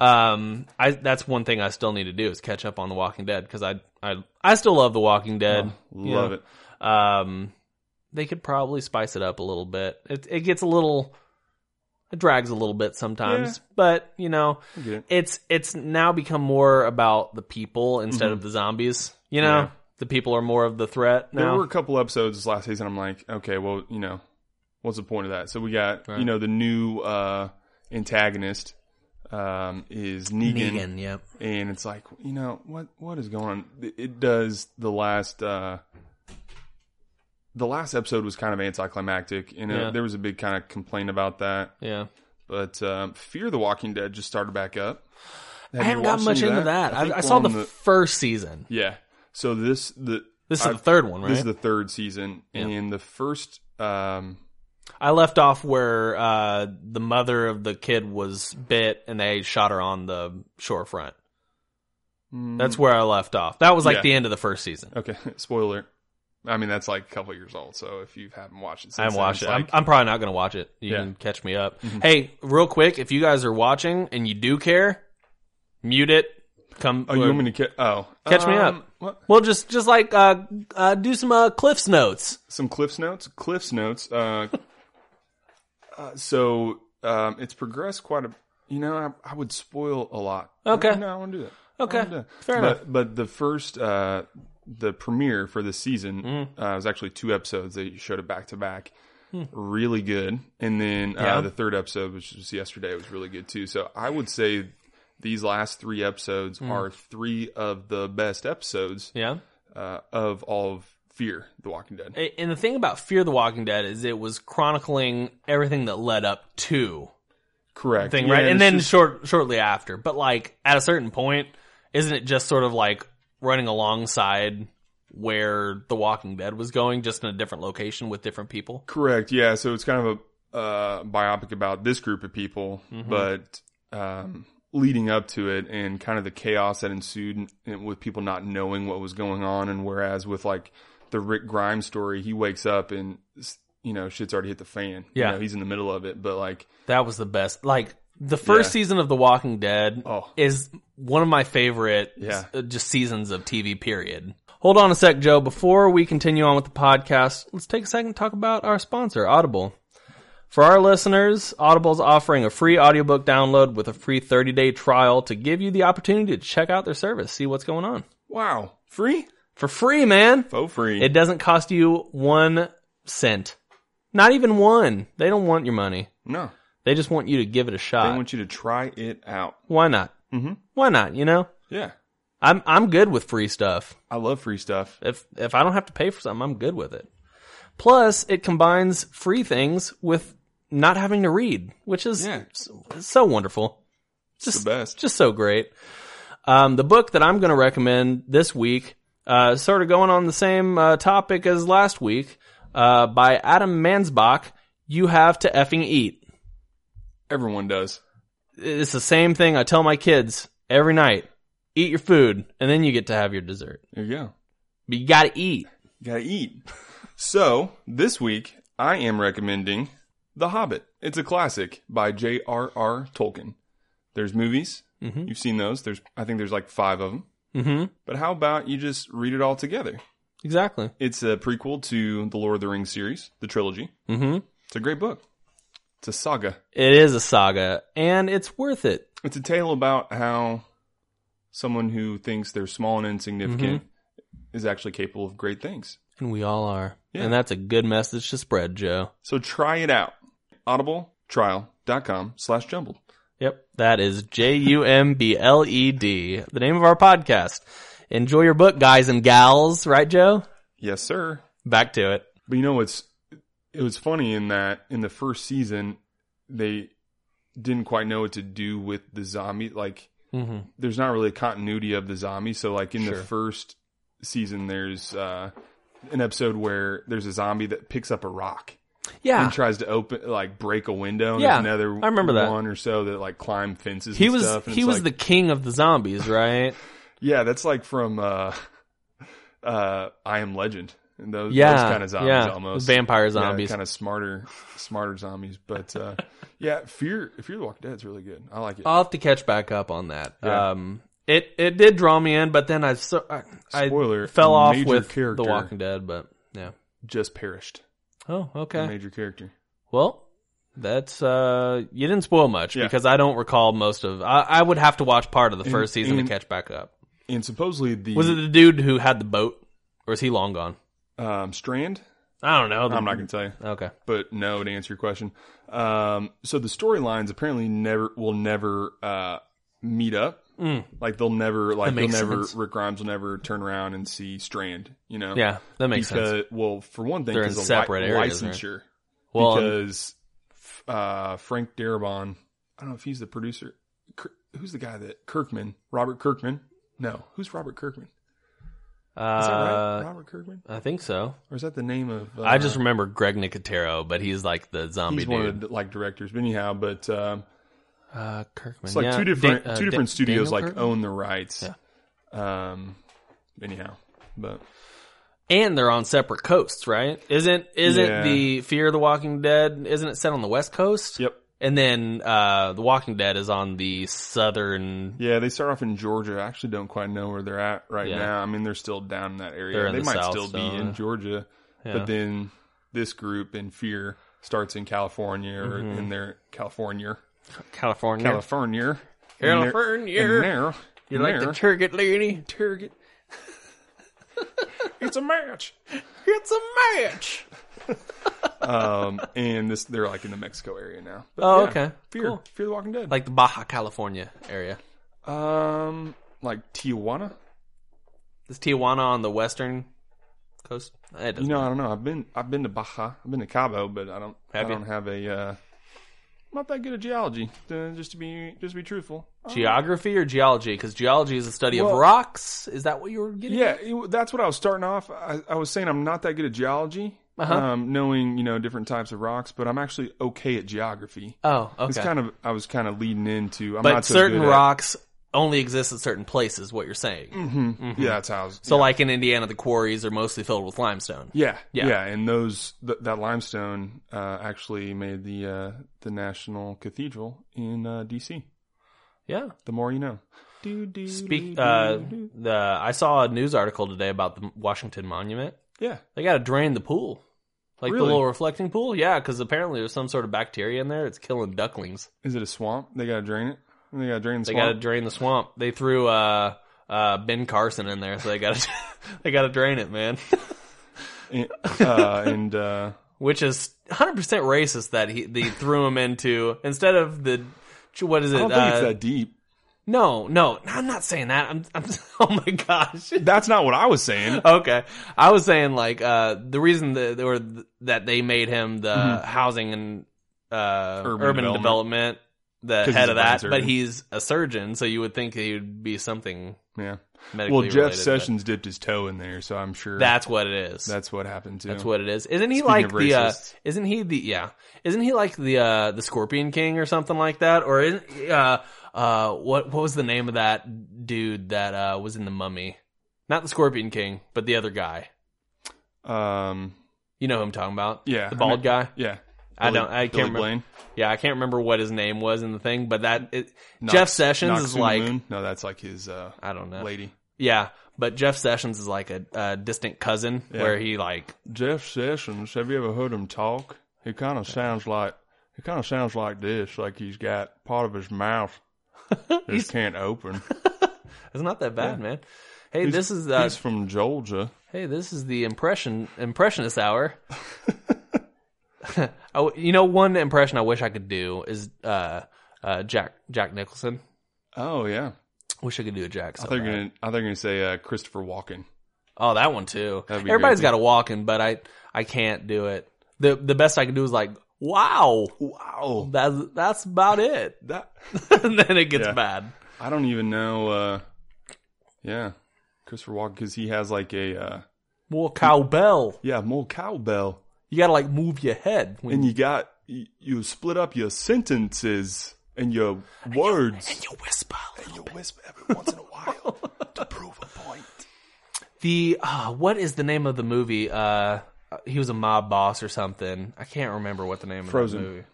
S2: Um, I that's one thing I still need to do is catch up on The Walking Dead because I I I still love The Walking Dead.
S1: Love it.
S2: it. Um, they could probably spice it up a little bit. It it gets a little, it drags a little bit sometimes, but you know,
S1: I get it.
S2: it's it's now become more about the people instead of the zombies. You know,
S1: Mm-hmm. Yeah.
S2: the people are more of the threat
S1: There
S2: now.
S1: were a couple episodes this last season. I'm like, okay, well, you know, what's the point of that? So we got, you know, the new uh, antagonist um, is Negan,
S2: Negan, yep.
S1: and it's like, you know, what what is going on? It- It does the last uh, the last episode was kind of anticlimactic, and uh,
S2: Yeah.
S1: there was a big kind of complaint about that.
S2: Yeah.
S1: But um, Fear the Walking Dead just started back up. Have
S2: I
S1: you
S2: haven't gotten
S1: watched
S2: much
S1: any of
S2: into that.
S1: think
S2: I, I saw
S1: on
S2: the, first season.
S1: yeah. So this the
S2: This is
S1: I-
S2: the third one,
S1: this
S2: right?
S1: is the third season,
S2: Yeah.
S1: and the first, um,
S2: I left off where uh, the mother of the kid was bit, and they shot her on the shorefront.
S1: mm,
S2: That's where I left off. That was like
S1: Yeah.
S2: the end of the first season.
S1: okay. Spoiler. I mean, that's like a couple years old. So if you haven't watched it, since
S2: I haven't
S1: then,
S2: watched it.
S1: it's
S2: I'm,
S1: like-
S2: I'm probably not going to watch it. You
S1: Yeah. Mm-hmm.
S2: can catch me up. Hey, real quick, if you guys are watching and you do care, mute it. Come.
S1: oh, you want me to ca- oh
S2: Catch me
S1: Um,
S2: up.
S1: What?
S2: Well, just just like uh, uh, do some uh, Cliff's notes.
S1: Some Cliff's notes. Cliff's notes. Uh, uh, so um, it's progressed quite a. You know, I, I would spoil a lot.
S2: Okay.
S1: No, I won't do that.
S2: Okay.
S1: I won't do that.
S2: Fair
S1: Oh, but, But the first, uh, the premiere for this season
S2: Mm-hmm.
S1: uh, was actually two episodes. They showed it back to back. Really good. And then uh,
S2: Hmm. Yeah.
S1: the third episode, which was yesterday, was really good too. So I would say these last three episodes are three of the best episodes
S2: Hmm. Yeah.
S1: uh, of all of Fear the Walking Dead.
S2: A- And the thing about Fear the Walking Dead is it was chronicling everything that led up to
S1: Correct.
S2: thing,
S1: Yeah,
S2: right? And
S1: it's
S2: then
S1: just-
S2: short shortly after. But like at a certain point, isn't it just sort of like running alongside where The Walking Dead was going, just in a different location with different people?
S1: Correct. Yeah. So it's kind of a uh, biopic about this group of people,
S2: Mm-hmm.
S1: but um, leading up to it and kind of the chaos that ensued and, and with people not knowing what was going on. And whereas with like the Rick Grimes story, he wakes up and s- you know shit's already hit the fan. You
S2: Yeah.
S1: know, he's in the middle of it, but like
S2: That was the best. Like the first
S1: Yeah.
S2: season of The Walking Dead
S1: Oh.
S2: is one of my favorite
S1: Yeah.
S2: uh, just seasons of TV period. Hold on a sec, Joe. Before we continue on with the podcast, let's take a second to talk about our sponsor, Audible. For our listeners, Audible's offering a free audiobook download with a free 30-day trial to give you the opportunity to check out their service, see what's going on.
S1: wow, free,
S2: For free, man.
S1: faux free.
S2: It doesn't cost you 1 cent. Not even one. They don't want your money.
S1: no,
S2: They just want you to give it a
S1: they
S2: shot.
S1: want you to try it out.
S2: Why not? Mm-hmm. Why not? You know,
S1: Yeah,
S2: I'm I'm good with free stuff.
S1: I love free stuff.
S2: If if I don't have to pay for something, I'm good with it. Plus, it combines free things with not having to read, which is
S1: Yeah.
S2: so, so wonderful.
S1: It's the best.
S2: Just so great. Um, the book that I'm going to recommend this week, uh, sort of going on the same uh, topic as last week, uh, by Adam Mansbach. You have to effing eat.
S1: Everyone does.
S2: It's the same thing I tell my kids every night. Eat your food, and then you get to have your dessert.
S1: There you go.
S2: But you gotta eat.
S1: You gotta eat. So this week I am recommending The Hobbit. It's a classic by J.R.R. Tolkien. There's movies.
S2: Mhm.
S1: You've seen those. There's I think there's like five of them.
S2: Mm-hmm.
S1: But how about you just read it all together?
S2: Exactly.
S1: It's a prequel to the Lord of the Rings series, the trilogy.
S2: Mm-hmm.
S1: It's a great book. It's a saga.
S2: It is a saga, and it's worth it.
S1: It's a tale about how someone who thinks they're small and insignificant is actually capable of great things.
S2: And we all are.
S1: Yeah.
S2: And that's a good message to spread, Joe.
S1: So try it out. Audibletrial.com slash jumbled.
S2: Yep. That is J U M B L E D, the name of our podcast. Enjoy your book, guys and gals. Right, Joe?
S1: Yes, sir.
S2: Back to it.
S1: But you know it's it was funny in that in the first season they didn't quite know what to do with the zombie like
S2: hmm
S1: there's not really a continuity of the zombie. So like in
S2: Sure.
S1: the first season, there's uh, an episode where there's a zombie that picks up a rock
S2: Yeah,
S1: and tries to open like break a window. And
S2: Yeah,
S1: there's another
S2: I remember that.
S1: one or so that like climb fences.
S2: he
S1: and
S2: was
S1: stuff, and
S2: he
S1: it's
S2: was
S1: like-
S2: the king of the zombies, right?
S1: yeah. That's like from uh, uh, I Am Legend. And those,
S2: yeah,
S1: those kind of zombies
S2: yeah.
S1: almost
S2: vampire zombies.
S1: kind of smarter, smarter zombies. But uh, yeah, Fear Fear the Walking Dead is really good. I like it.
S2: I'll have to catch back up on that.
S1: Yeah.
S2: Um, it it did draw me in, but then I so I, I
S1: Spoiler:
S2: fell off
S1: major
S2: with
S1: character
S2: The Walking Dead, but yeah.
S1: just perished.
S2: Oh, okay.
S1: Major character.
S2: Well, that's uh you didn't spoil much
S1: Yeah.
S2: because I don't recall most of I, I would have to watch part of the
S1: And-
S2: first season
S1: and-
S2: to catch back up.
S1: And supposedly the
S2: Was it the dude who had the boat or is he long gone?
S1: um, Strand.
S2: I don't know. The-
S1: I'm not going to tell you,
S2: Okay.
S1: but no, to answer your question. Um, so the storylines apparently never will never uh, meet up.
S2: Mm.
S1: Like they'll never like
S2: That
S1: they'll
S2: makes
S1: never
S2: sense.
S1: Rick Grimes will never turn around and see Strand. You know,
S2: Yeah, that makes
S1: because
S2: sense.
S1: well, for one thing,
S2: They're in
S1: because of
S2: separate
S1: li-
S2: areas, right?
S1: licensure.
S2: Well, um, and-
S1: because f- uh, Frank Darabont, I don't know if he's the producer. Kir- who's the guy that Kirkman? Robert Kirkman? No, who's Robert Kirkman?
S2: uh,
S1: Is that right? Robert Kirkman,
S2: I think so.
S1: or is that the name of? Uh,
S2: Uh, I just remember Greg Nicotero, but he's like the zombie
S1: he's
S2: dude.
S1: one of the like directors, but anyhow, but um,
S2: uh, Kirkman.
S1: it's like
S2: yeah.
S1: two different
S2: Da- uh,
S1: two
S2: Da-
S1: different studios
S2: Daniel
S1: like
S2: Kirkman?
S1: own the rights. Um, anyhow, but
S2: and they're on separate coasts, right? Isn't isn't
S1: oh. Yeah.
S2: the Fear of the Walking Dead? Isn't it set on the west coast?
S1: yep,
S2: And then uh, the Walking Dead is on the southern.
S1: yeah, they start off in Georgia. I actually don't quite know where they're at right
S2: Yeah.
S1: now. I mean, they're still down in that area.
S2: They're in
S1: they
S2: the
S1: might
S2: South,
S1: still
S2: so,
S1: be
S2: yeah.
S1: in Georgia.
S2: Yeah.
S1: but then this group in fear starts in California or
S2: Mm-hmm.
S1: in their California,
S2: California,
S1: California,
S2: California.
S1: and there,
S2: you
S1: and
S2: like the
S1: there.
S2: target, lady? Target.
S1: it's a match.
S2: It's a match.
S1: Um, and this they're like in the Mexico area now. But
S2: Oh,
S1: yeah,
S2: okay.
S1: Fear,
S2: Cool.
S1: Fear the Walking Dead.
S2: Like the Baja California area.
S1: um, like Tijuana.
S2: Is Tijuana on the western coast? Eh, It doesn't
S1: You know, I don't know. I've been I've been to Baja. I've been to Cabo, but I don't
S2: Have
S1: I
S2: you?
S1: don't have a. Uh, I'm not that good at geology. uh, just to be just to be truthful.
S2: Geography or geology? Because geology is the study
S1: Well-
S2: of rocks. Is that what you were getting?
S1: Yeah, it, that's what I was starting off. I, I was saying I'm not that good at geology,
S2: Uh-huh.
S1: um, knowing you know different types of rocks, but I'm actually okay at geography.
S2: Oh, okay.
S1: It's kind of I was kind of leading into. I'm
S2: but
S1: not so
S2: certain
S1: good at-
S2: rocks only exist at certain places. What you're saying.
S1: Mhm.
S2: Mm-hmm.
S1: Yeah, that's how. I was,
S2: So, like in Indiana, the quarries are mostly filled with limestone.
S1: yeah,
S2: Yeah.
S1: yeah, and those th- that limestone uh, actually made the uh, the National Cathedral in uh, D.C.
S2: Yeah.
S1: The more you know. Do, do,
S2: Speak.
S1: do,
S2: Uh,
S1: do, do.
S2: the I saw a news article today about the Washington Monument.
S1: yeah,
S2: They got to drain the pool, like the
S1: Really?
S2: little reflecting pool. Yeah, because apparently there's some sort of bacteria in there. It's killing ducklings.
S1: is it a swamp? They gotta drain it. They gotta drain the
S2: They
S1: swamp.
S2: got to drain the swamp. They threw uh, uh, Ben Carson in there, so they got to they got to drain it, man.
S1: And, uh, and uh,
S2: Which is 100 percent racist that he they threw him into instead of the what is it?
S1: I don't think
S2: uh,
S1: it's that deep.
S2: No, no, I'm not saying that. I'm, I'm oh my gosh.
S1: That's not what I was saying.
S2: Okay. I was saying like uh the reason that they were that they made him the housing and uh urban,
S1: Mm-hmm. Urban
S2: development,
S1: development.
S2: the
S1: 'Cause
S2: head
S1: he's a
S2: of that,
S1: brain
S2: but
S1: surgeon.
S2: he's a surgeon, so you would think he would be something
S1: Yeah.
S2: medically
S1: Well, Jeff
S2: related, but
S1: Sessions dipped his toe in there, so I'm sure
S2: That's what it is.
S1: that's what happened too.
S2: That's what it is. Isn't he
S1: Speaking
S2: like
S1: of
S2: the? Uh,
S1: racists.
S2: isn't he the? Yeah. Isn't he like the uh, the Scorpion King or something like that? Or isn't uh, uh, what what was the name of that dude that uh, was in the Mummy? Not the Scorpion King, but the other guy.
S1: um,
S2: You know who I'm talking about?
S1: Yeah,
S2: the
S1: I
S2: bald
S1: know-
S2: guy.
S1: yeah.
S2: I don't- I can't
S1: Billy
S2: remember.
S1: Blaine,
S2: Yeah, I can't remember what his name was in the thing, but that it,
S1: Nox-
S2: Jeff Sessions
S1: Nox
S2: is
S1: Soon
S2: like
S1: Moon. no, that's like his uh,
S2: I don't know.
S1: lady.
S2: Yeah, but Jeff Sessions is like a, a distant cousin where he like
S1: Jeff Sessions. Have you ever heard him talk? He kind of sounds like he kind of sounds like this, like he's got part of his mouth just can't open.
S2: it's not that bad, man. Hey, this is uh,
S1: He's from Georgia.
S2: Hey, this is the impression impressionist hour. I w you know, one impression I wish I could do is uh, uh, Jack Jack Nicholson.
S1: Oh yeah,
S2: Wish I could do a Jack. So
S1: I thought you were
S2: bad.
S1: gonna I thought you were gonna say uh, Christopher Walken.
S2: Oh, that one too.
S1: That'd be
S2: Everybody's
S1: great.
S2: got a walking, but I I can't do it. the The best I can do is like, wow,
S1: Wow,
S2: that's that's about it.
S1: that
S2: and then it gets
S1: Yeah.
S2: bad.
S1: I don't even know. Uh, yeah, Christopher Walken because he has like a uh,
S2: More cowbell.
S1: yeah more cowbell,
S2: You gotta like move your head when
S1: and you got you, you split up your sentences and your words.
S2: you whisper. a little.
S1: You whisper every once in a while to prove a point.
S2: The uh, what is the name of the movie? Uh, he was a mob boss or something. I can't remember what the name
S1: Frozen.
S2: of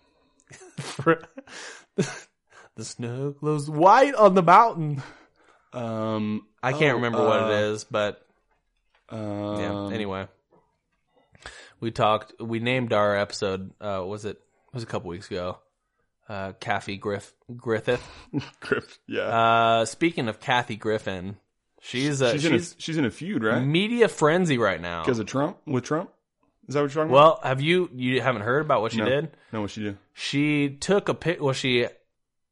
S2: the movie. the snow glows white on the mountain.
S1: Um,
S2: I can't
S1: Oh,
S2: remember what
S1: uh,
S2: it is, but
S1: um,
S2: yeah. anyway, we talked. We named our episode. Uh, was it was a couple weeks ago? Uh, Kathy Griff Griffith.
S1: Griff, yeah,
S2: Uh, speaking of Kathy Griffin, she's uh,
S1: she's,
S2: she's,
S1: in a she's in a feud, right?
S2: media frenzy right now.
S1: Because of Trump with Trump. Is that what you're talking about?
S2: Well, have you you haven't heard about what she
S1: Mm-hmm. No.
S2: did?
S1: No, what she do?
S2: She took a pic. Well, she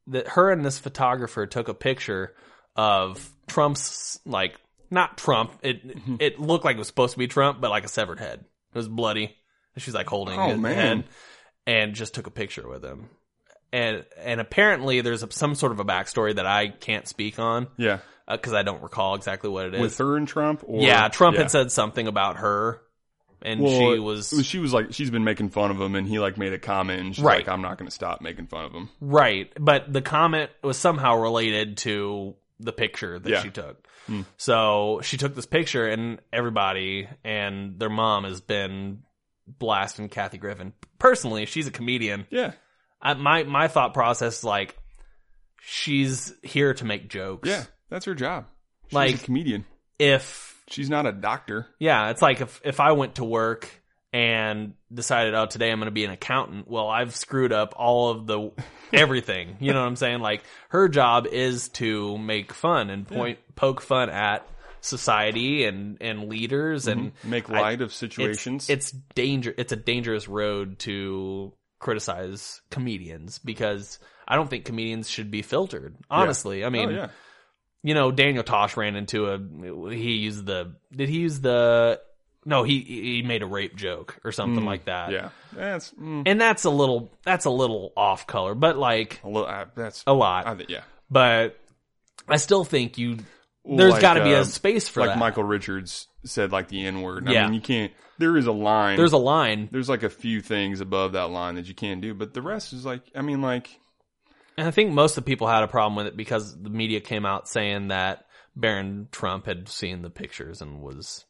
S2: that her and this photographer took a picture of Trump's like not Trump. It
S1: Mm-hmm.
S2: it looked like it was supposed to be Trump, but like a severed head. It was bloody. And she's like holding
S1: Oh,
S2: his
S1: man.
S2: head and just took a picture with him. And and apparently there's a, some sort of a backstory that I can't speak on
S1: Yeah,
S2: because I don't recall exactly what it is.
S1: with her and Trump, or
S2: yeah, Trump
S1: yeah.
S2: had said something about her, and
S1: Well,
S2: she
S1: it
S2: was
S1: she was like she's been making fun of him, and he like made a comment, and she's
S2: Right.
S1: like, "I'm not going to stop making fun of him."
S2: Right, but the comment was somehow related to the picture that
S1: Yeah. Hmm.
S2: she took. So she took this picture, and everybody and their mom has been blasting Kathy Griffin. Personally, she's a comedian.
S1: Yeah,
S2: I, my my thought process is like, she's here to make jokes.
S1: yeah, that's her job. She's
S2: Like-
S1: a comedian.
S2: If
S1: She's not a doctor.
S2: yeah, it's like if if I went to work and decided, oh, today I'm going to be an accountant. Well, I've screwed up all of the everything. You know what I'm saying? Like her job is to make fun and point poke fun at society and and leaders and
S1: Mm-hmm. Make
S2: I-
S1: light of
S2: it's,
S1: situations.
S2: it's danger. It's a dangerous road to criticize comedians because I don't think comedians should be filtered. Honestly, I mean,
S1: oh yeah,
S2: you know, Daniel Tosh ran into a. He used the. Did he use the? No, he he made a rape joke or something like that.
S1: Mm, yeah. That's mm,
S2: and that's a little that's a little off color, but like
S1: a little. I, that's
S2: a lot.
S1: I, think- yeah.
S2: but I still think you.
S1: Well,
S2: There's
S1: like,
S2: got to be
S1: uh,
S2: a space for
S1: like
S2: that.
S1: Michael Richards said, like the N word. I
S2: Yeah.
S1: mean, you can't. There is a line.
S2: There's a line,
S1: there's like a few things above that line that you can't do, but the rest is like, I mean, like,
S2: and I think most of the people had a problem with it because the media came out saying that Barron Trump had seen the pictures and was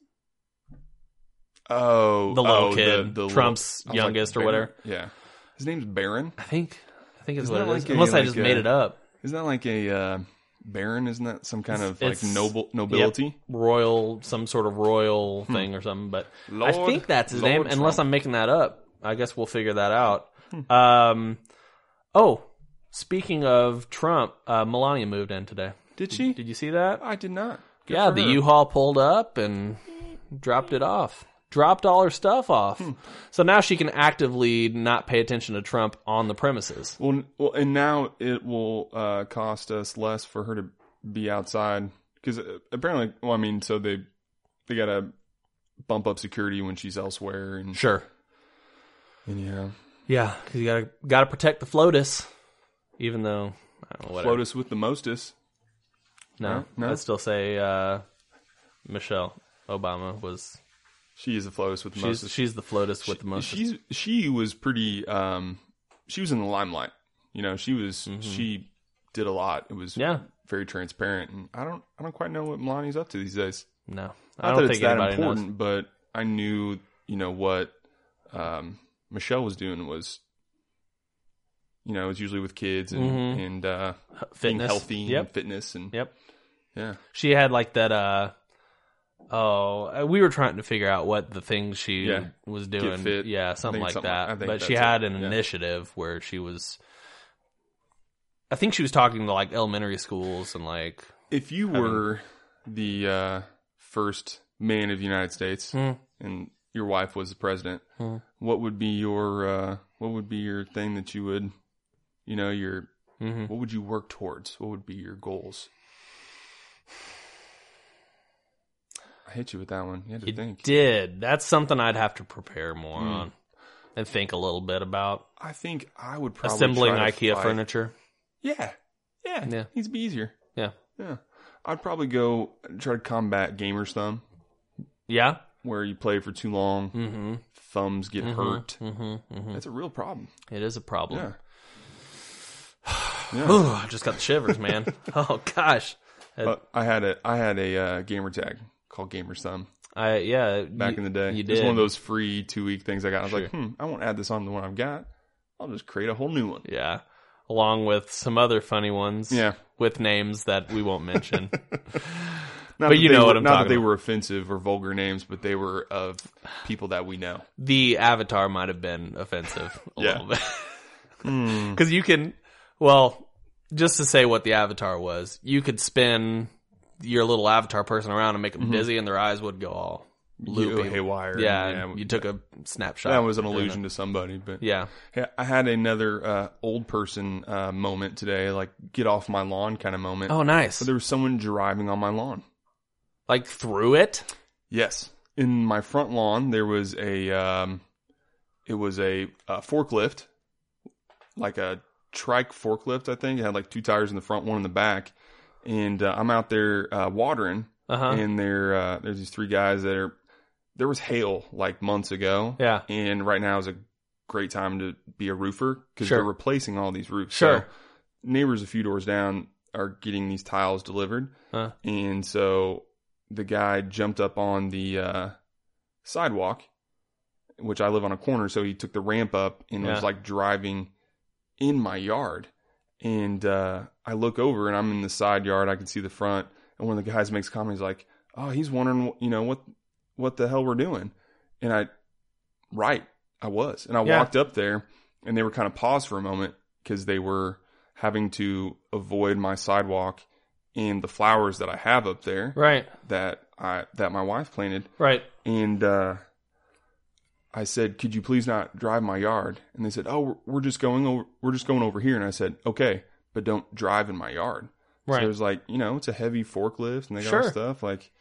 S1: oh,
S2: The little
S1: oh,
S2: kid, Trump's
S1: I was like,
S2: youngest or
S1: Barron?
S2: whatever.
S1: Yeah, his name's Baron.
S2: I think I think it's
S1: Isn't
S2: what
S1: that
S2: it is.
S1: like a-
S2: Unless I
S1: like
S2: just
S1: a-
S2: made it up.
S1: Isn't that like a uh, Baron? Isn't that some kind of like
S2: it's-
S1: noble nobility?
S2: royal some sort of royal thing or something but i
S1: Hmm. Lord-
S2: think that's his
S1: Lord
S2: name unless i'm making that up i guess we'll figure that out
S1: Hmm.
S2: um oh speaking of trump uh, melania moved in today
S1: Did she?
S2: did you see that
S1: I did not. Good
S2: yeah
S1: for
S2: the
S1: her.
S2: u-haul pulled up and dropped it off dropped all her stuff off
S1: Hmm.
S2: so now she can actively not pay attention to trump on the premises
S1: Well, n- well, and now it will uh, cost us less for her to be outside because apparently, well, I mean, so they they gotta bump up security when she's elsewhere, and,
S2: sure
S1: and yeah,
S2: yeah because you gotta gotta protect the flotus even though I don't know, whatever.
S1: float us with the mostest.
S2: No,
S1: No? No?
S2: I'd still say uh, Michelle Obama was
S1: She is the floatist with the
S2: she's
S1: mostest.
S2: she's the floatest with the most.
S1: She's she was pretty. Um, she was in the limelight. You know, she was she did a lot. It was
S2: yeah,
S1: very transparent, and I don't I don't quite know what Melania's up to these days.
S2: no, I
S1: Not
S2: don't
S1: that it's
S2: think
S1: that
S2: anybody
S1: important,
S2: knows.
S1: but I knew you know what um, Michelle was doing was. You know, it's usually with kids and
S2: Mhm.
S1: and uh, being
S2: Fitness,
S1: healthy and
S2: Yep,
S1: fitness and
S2: yep.
S1: yeah,
S2: She had like that. uh Oh, uh, we were trying to figure out what the things she
S1: Yeah.
S2: was doing.
S1: fit.
S2: Yeah, something
S1: think
S2: like
S1: something- I
S2: that.
S1: think
S2: But she
S1: that's it.
S2: had an
S1: Yeah.
S2: initiative where she was. I think she was talking to like elementary schools and like
S1: if you were the uh, first man of the United States
S2: Hmm.
S1: and your wife was the president,
S2: Hmm.
S1: what would be your uh, what would be your thing that you would, you know, your
S2: mhm.
S1: what would you work towards? What would be your goals? I hit you with that one. You had to
S2: You
S1: think.
S2: did. That's something I'd have to prepare
S1: Mm.
S2: more on and think a little bit about
S1: I think I would probably
S2: assembling
S1: try to
S2: IKEA
S1: fight-
S2: furniture.
S1: Yeah, yeah,
S2: Yeah.
S1: needs to be easier.
S2: Yeah.
S1: Yeah. I'd probably go try to combat gamer's thumb,
S2: Yeah.
S1: where you play for too long,
S2: Mm-hmm.
S1: thumbs get hurt.
S2: Mm-hmm. Mm-hmm.
S1: That's a real problem.
S2: It is a problem.
S1: Yeah.
S2: Ooh, I just got the shivers, man. oh gosh.
S1: But I had a I had a uh, gamer tag called Gamer's Thumb
S2: I yeah.
S1: back
S2: you-
S1: in the day.
S2: you
S1: It was
S2: did.
S1: one of those free two week things I got. I was like,
S2: Sure.
S1: hmm, I won't add this on to the one I've got. I'll just create a whole new one.
S2: Yeah. Along with some other funny ones.
S1: Yeah.
S2: With names that we won't mention.
S1: Not
S2: But
S1: that
S2: you
S1: they
S2: know
S1: were-
S2: what I'm
S1: Not
S2: talking
S1: that they were offensive or vulgar names, but they were of people that we know.
S2: the avatar might have been offensive a
S1: Yeah.
S2: little bit.
S1: Hmm.
S2: Because you can, well, just to say what the avatar was, you could spin your little avatar person around and make
S1: Mm-hmm.
S2: them dizzy, and their eyes would go all
S1: You
S2: loopy.
S1: haywire.
S2: yeah,
S1: Yeah,
S2: and you took a snapshot.
S1: that was an allusion to somebody, but
S2: Yeah.
S1: Yeah, I had another uh, old person uh, moment today, like get off my lawn kind of moment.
S2: Oh, nice.
S1: But there was someone driving on my lawn.
S2: Like through it.
S1: Yes, in my front lawn there was a um, it was a, uh forklift, like a trike forklift. I think it had like two tires in the front, one in the back. And uh, I'm out there uh, watering,
S2: Uh huh.
S1: and there uh, there's these three guys that are. There was hail like months ago,
S2: Yeah.
S1: and right now is a great time to be a roofer because
S2: Sure.
S1: they're replacing all these roofs.
S2: Sure.
S1: So neighbors a few doors down are getting these tiles delivered,
S2: Huh.
S1: and so the guy jumped up on the uh, sidewalk, which I live on a corner, so he took the ramp up and
S2: Yeah.
S1: was like driving in my yard. And uh, I look over and I'm in the side yard. I can see the front, and one of the guys makes a comment. He's like, "Oh, he's wondering, you know, what what the hell we're doing." And I, right, I was, and I
S2: Yeah.
S1: walked up there, and they were kind of paused for a moment because they were having to avoid my sidewalk and the flowers that I have up there
S2: Right.
S1: that I that my wife planted.
S2: Right.
S1: And uh, I said, "Could you please not drive my yard?" And they said, "Oh, we're, we're just going over. We're just going over here." And I said, "Okay, but don't drive in my yard." So
S2: Right.
S1: it was like, you know, it's a heavy forklift and they got all
S2: Sure.
S1: stuff. Like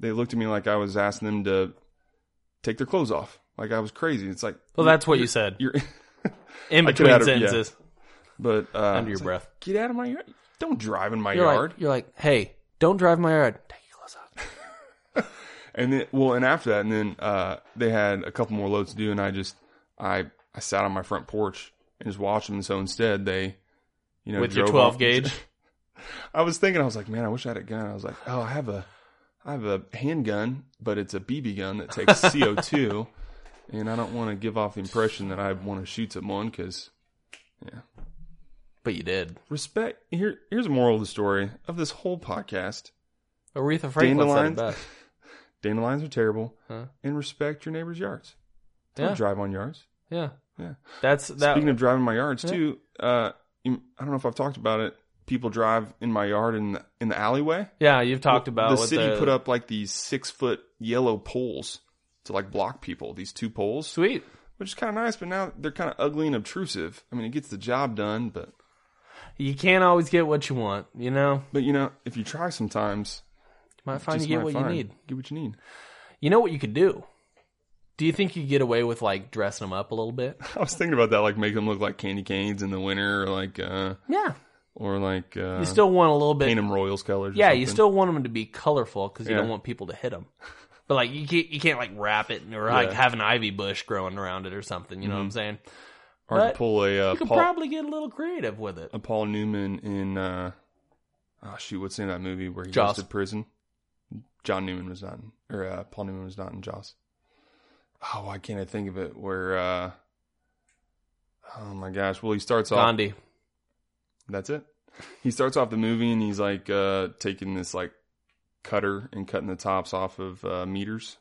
S1: they looked at me like I was asking them to take their clothes off. Like I was crazy. It's like
S2: well, that's what you said.
S1: you're
S2: In
S1: I could
S2: between
S1: add a- yeah.
S2: sentences,
S1: but uh
S2: under your
S1: it's like,
S2: breath.
S1: Get out of my yard. Don't drive in my
S2: You're
S1: yard.
S2: like, you're like, hey, don't drive my yard. Take your clothes off.
S1: And then well, and after that and then uh they had a couple more loads to do and I just I I sat on my front porch and just watched them. So instead they you know
S2: With your
S1: drove
S2: 12
S1: off-
S2: gauge?
S1: I was thinking I was like, man, I wish I had a gun. I was like, oh, I have a I have a handgun, but it's a BB gun that takes CO2 and I don't want to give off the impression that I want to shoot someone cuz
S2: But you did.
S1: respect here here's a moral of the story of this whole podcast.
S2: Aretha Franklin said it
S1: Dandelions.
S2: best.
S1: Dandelions are terrible
S2: Huh?
S1: and respect your neighbor's yards. Don't
S2: Yeah.
S1: drive on yards.
S2: Yeah.
S1: Yeah.
S2: That's that.
S1: Speaking of driving my yards
S2: Yeah.
S1: too, uh, you- I don't know if I've talked about it. People drive in my yard in the, in the alleyway.
S2: yeah, you've talked about
S1: the
S2: what
S1: city put up like these six foot yellow poles to like block people. These two poles,
S2: Sweet.
S1: which is kind of nice, but now they're kind of ugly and obtrusive. I mean, it gets the job done, but
S2: You can't always get what you want. You know,
S1: but you know, if you try, sometimes
S2: you might find
S1: just
S2: you get
S1: might
S2: what
S1: find-
S2: you need.
S1: Get what you need.
S2: You know what you could do? Do you think you could get away with like dressing them up a little bit?
S1: I was thinking about that, like make them look like candy canes in the winter, or like uh,
S2: Yeah.
S1: or like uh,
S2: You still want a little bit.
S1: paint them Royals colors. or
S2: yeah, you
S1: something.
S2: still want them to be colorful because you
S1: Yeah.
S2: don't want people to hit them. But like you can't, you can't like wrap it or like
S1: Yeah.
S2: have an ivy bush growing around it or something. You know what I'm saying?
S1: Or I could
S2: but
S1: pull a uh,
S2: You could
S1: Paul,
S2: probably get a little creative with it.
S1: a Paul Newman in uh oh shoot, what's the name of that movie where he
S2: Jaws.
S1: goes to prison? John Newman was not in, or uh, Paul Newman was not in Joss. Oh, why can't I think of it? Where uh oh my gosh. Well he starts off
S2: Gandhi.
S1: that's it. He starts off the movie and he's like uh taking this like cutter and cutting the tops off of uh meters.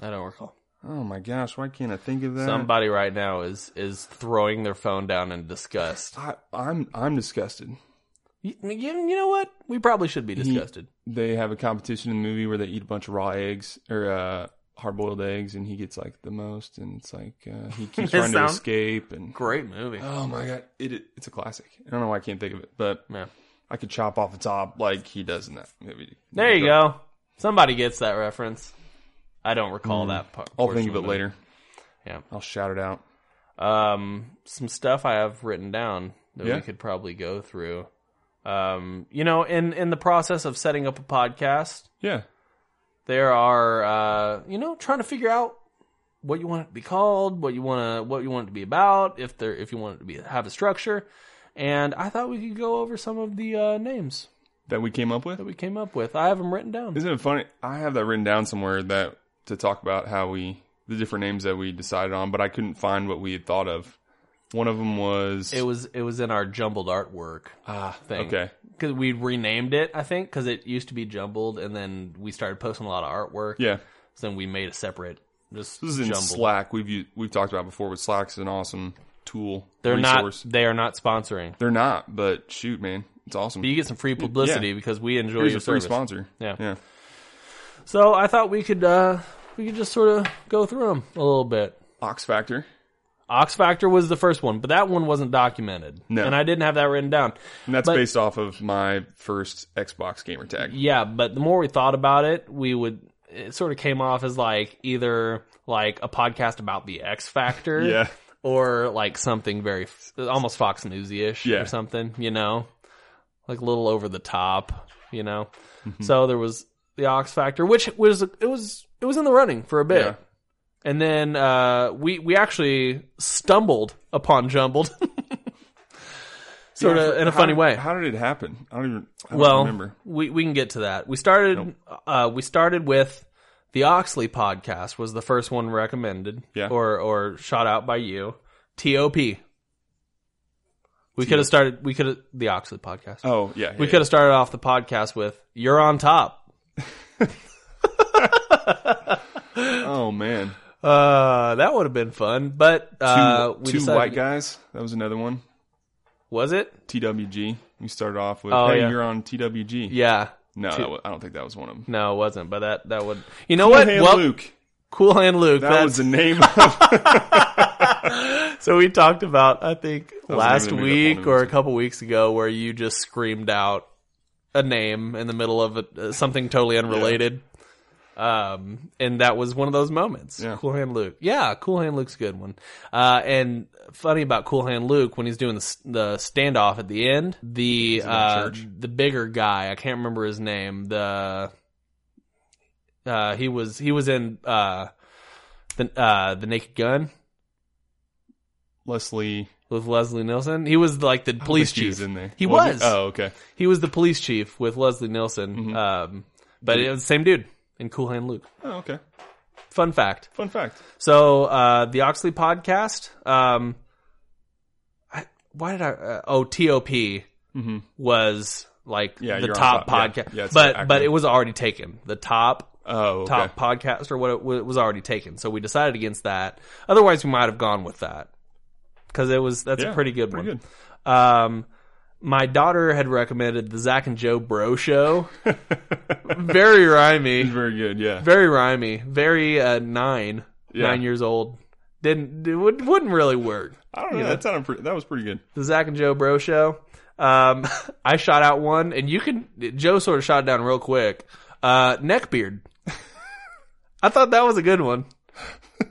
S2: I don't recall.
S1: Oh my gosh, why can't I think of that?
S2: Somebody right now is is throwing their phone down in disgust.
S1: I, I'm I'm disgusted.
S2: You, you- you know what? We probably should be disgusted.
S1: they have a competition in the movie where they eat a bunch of raw eggs or uh, hard boiled eggs, and he gets like the most, and it's like uh, he keeps
S2: That
S1: trying to
S2: sounds-
S1: escape, and
S2: Great movie.
S1: oh my god, it, it it's a classic. I don't know why I can't think of it, but
S2: Yeah.
S1: I could chop off the top like he does in that movie.
S2: There you go. Somebody gets that reference. I don't recall that part.
S1: Mm-hmm. I'll
S2: portion
S1: think of it later.
S2: Yeah.
S1: I'll shout it out.
S2: Um, some stuff I have written down that
S1: Yeah.
S2: we could probably go through. Um, you know, in in the process of setting up a podcast,
S1: Yeah.
S2: there are uh, you know trying to figure out what you want it to be called, what you want to what you want it to be about, if there if you want it to be have a structure. And I thought we could go over some of the uh, names
S1: That we came up with.
S2: that we came up with. I have them written down.
S1: Isn't it funny? I have that written down somewhere that to talk about how we the different names that we decided on, but I couldn't find what we had thought of. One of them was
S2: It was it was in our jumbled artwork
S1: ah
S2: thing.
S1: Okay,
S2: because we renamed it, I think, because it used to be jumbled, and then we started posting a lot of artwork.
S1: yeah.
S2: So then we made a separate. Just
S1: This is in
S2: jumbled.
S1: Slack. We've u- we've talked about it before, but Slack's an awesome tool.
S2: They're
S1: resource.
S2: not. They are not sponsoring.
S1: They're not, but shoot, man, it's awesome.
S2: But you get some free publicity because we enjoy
S1: Here's
S2: your
S1: a free
S2: service.
S1: sponsor.
S2: Yeah.
S1: yeah.
S2: So I thought we could uh we could just sort of go through them a little bit.
S1: Ox Factor.
S2: Ox Factor was the first one, but that one wasn't documented.
S1: No.
S2: And I didn't have that written down.
S1: And that's
S2: But-
S1: based off of my first Xbox gamer tag.
S2: Yeah, but the more we thought about it, we would it sort of came off as like either like a podcast about the X Factor
S1: Yeah.
S2: or like something very f- almost Fox Newsy ish
S1: Yeah.
S2: or something, you know, like a little over the top, you know.
S1: Mm-hmm.
S2: So there was the Ox Factor, which was it was it was in the running for a bit,
S1: Yeah.
S2: and then uh, we we actually stumbled upon Jumbled, sort
S1: Yeah,
S2: of
S1: for-
S2: in a
S1: how
S2: funny
S1: did-
S2: way.
S1: How did it happen? I don't even. I don't
S2: well,
S1: remember.
S2: we we can get to that. We started uh, we started with the Oxley podcast was the first one recommended
S1: Yeah.
S2: or or shot out by you. TOP. We could have started we could have the Oxley podcast.
S1: Oh yeah, yeah,
S2: we
S1: yeah.
S2: could have started off the podcast with you're on top.
S1: Oh man,
S2: Uh that would have been fun, but
S1: two,
S2: uh we
S1: two
S2: decided
S1: white
S2: to-
S1: guys. That was another one.
S2: Was it?
S1: TWG. We started off with,
S2: Oh,
S1: "Hey,
S2: yeah.
S1: you're on TWG."
S2: Yeah.
S1: No, that wa- I don't think that was one of them.
S2: No, it wasn't, but that that would You know what?
S1: Hey,
S2: well,
S1: Luke.
S2: Cool Hand Luke.
S1: That
S2: that's-
S1: was the name. Of,
S2: So we talked about I think
S1: was
S2: last
S1: the name of the
S2: week
S1: opponent,
S2: or a
S1: wasn't
S2: couple weeks ago where you just screamed out a name in the middle of a, uh, something totally unrelated. Um, and that was one of those moments.
S1: Yeah.
S2: Cool Hand Luke. Yeah, Cool Hand Luke's a good one. Uh, and funny about Cool Hand Luke when he's doing the, s- the standoff at the end, the
S1: in
S2: uh,
S1: church.
S2: the bigger guy, I can't remember his name. The uh, he was he was in uh, the uh, the Naked Gun
S1: Leslie.
S2: with Leslie Nielsen. He was like the police
S1: He
S2: chief.
S1: was in there.
S2: He
S1: Wasn't
S2: was.
S1: Oh, okay.
S2: He was the police chief with Leslie Nielsen.
S1: Mm-hmm.
S2: Um, but it was the same dude in Cool Hand Luke.
S1: Oh, okay.
S2: Fun fact.
S1: Fun fact.
S2: So uh, the Oxley podcast. Um, I, why did I? Uh, oh, TOP was like
S1: Mm-hmm. Yeah,
S2: the
S1: you're on
S2: top
S1: top. Yeah.
S2: podcast,
S1: Yeah, it's
S2: but
S1: an acronym.
S2: but it was already taken. The top
S1: Oh, okay.
S2: top podcast or what it, what it was already taken. So we decided against that. Otherwise, we might have gone with that because it was that's
S1: Yeah,
S2: a pretty good
S1: pretty
S2: one. Um, my daughter had recommended the Zach and Joe Bro Show. very rhymey,
S1: Very good. Yeah.
S2: very rhymey, very uh, nine
S1: Yeah.
S2: nine years old. Didn't it would, wouldn't really work.
S1: I don't know. That sounded pretty, that was pretty good.
S2: The Zach and Joe Bro Show. Um, I shot out one, and you can Joe sort of shot it down real quick. Uh, neckbeard. I thought that was a good one.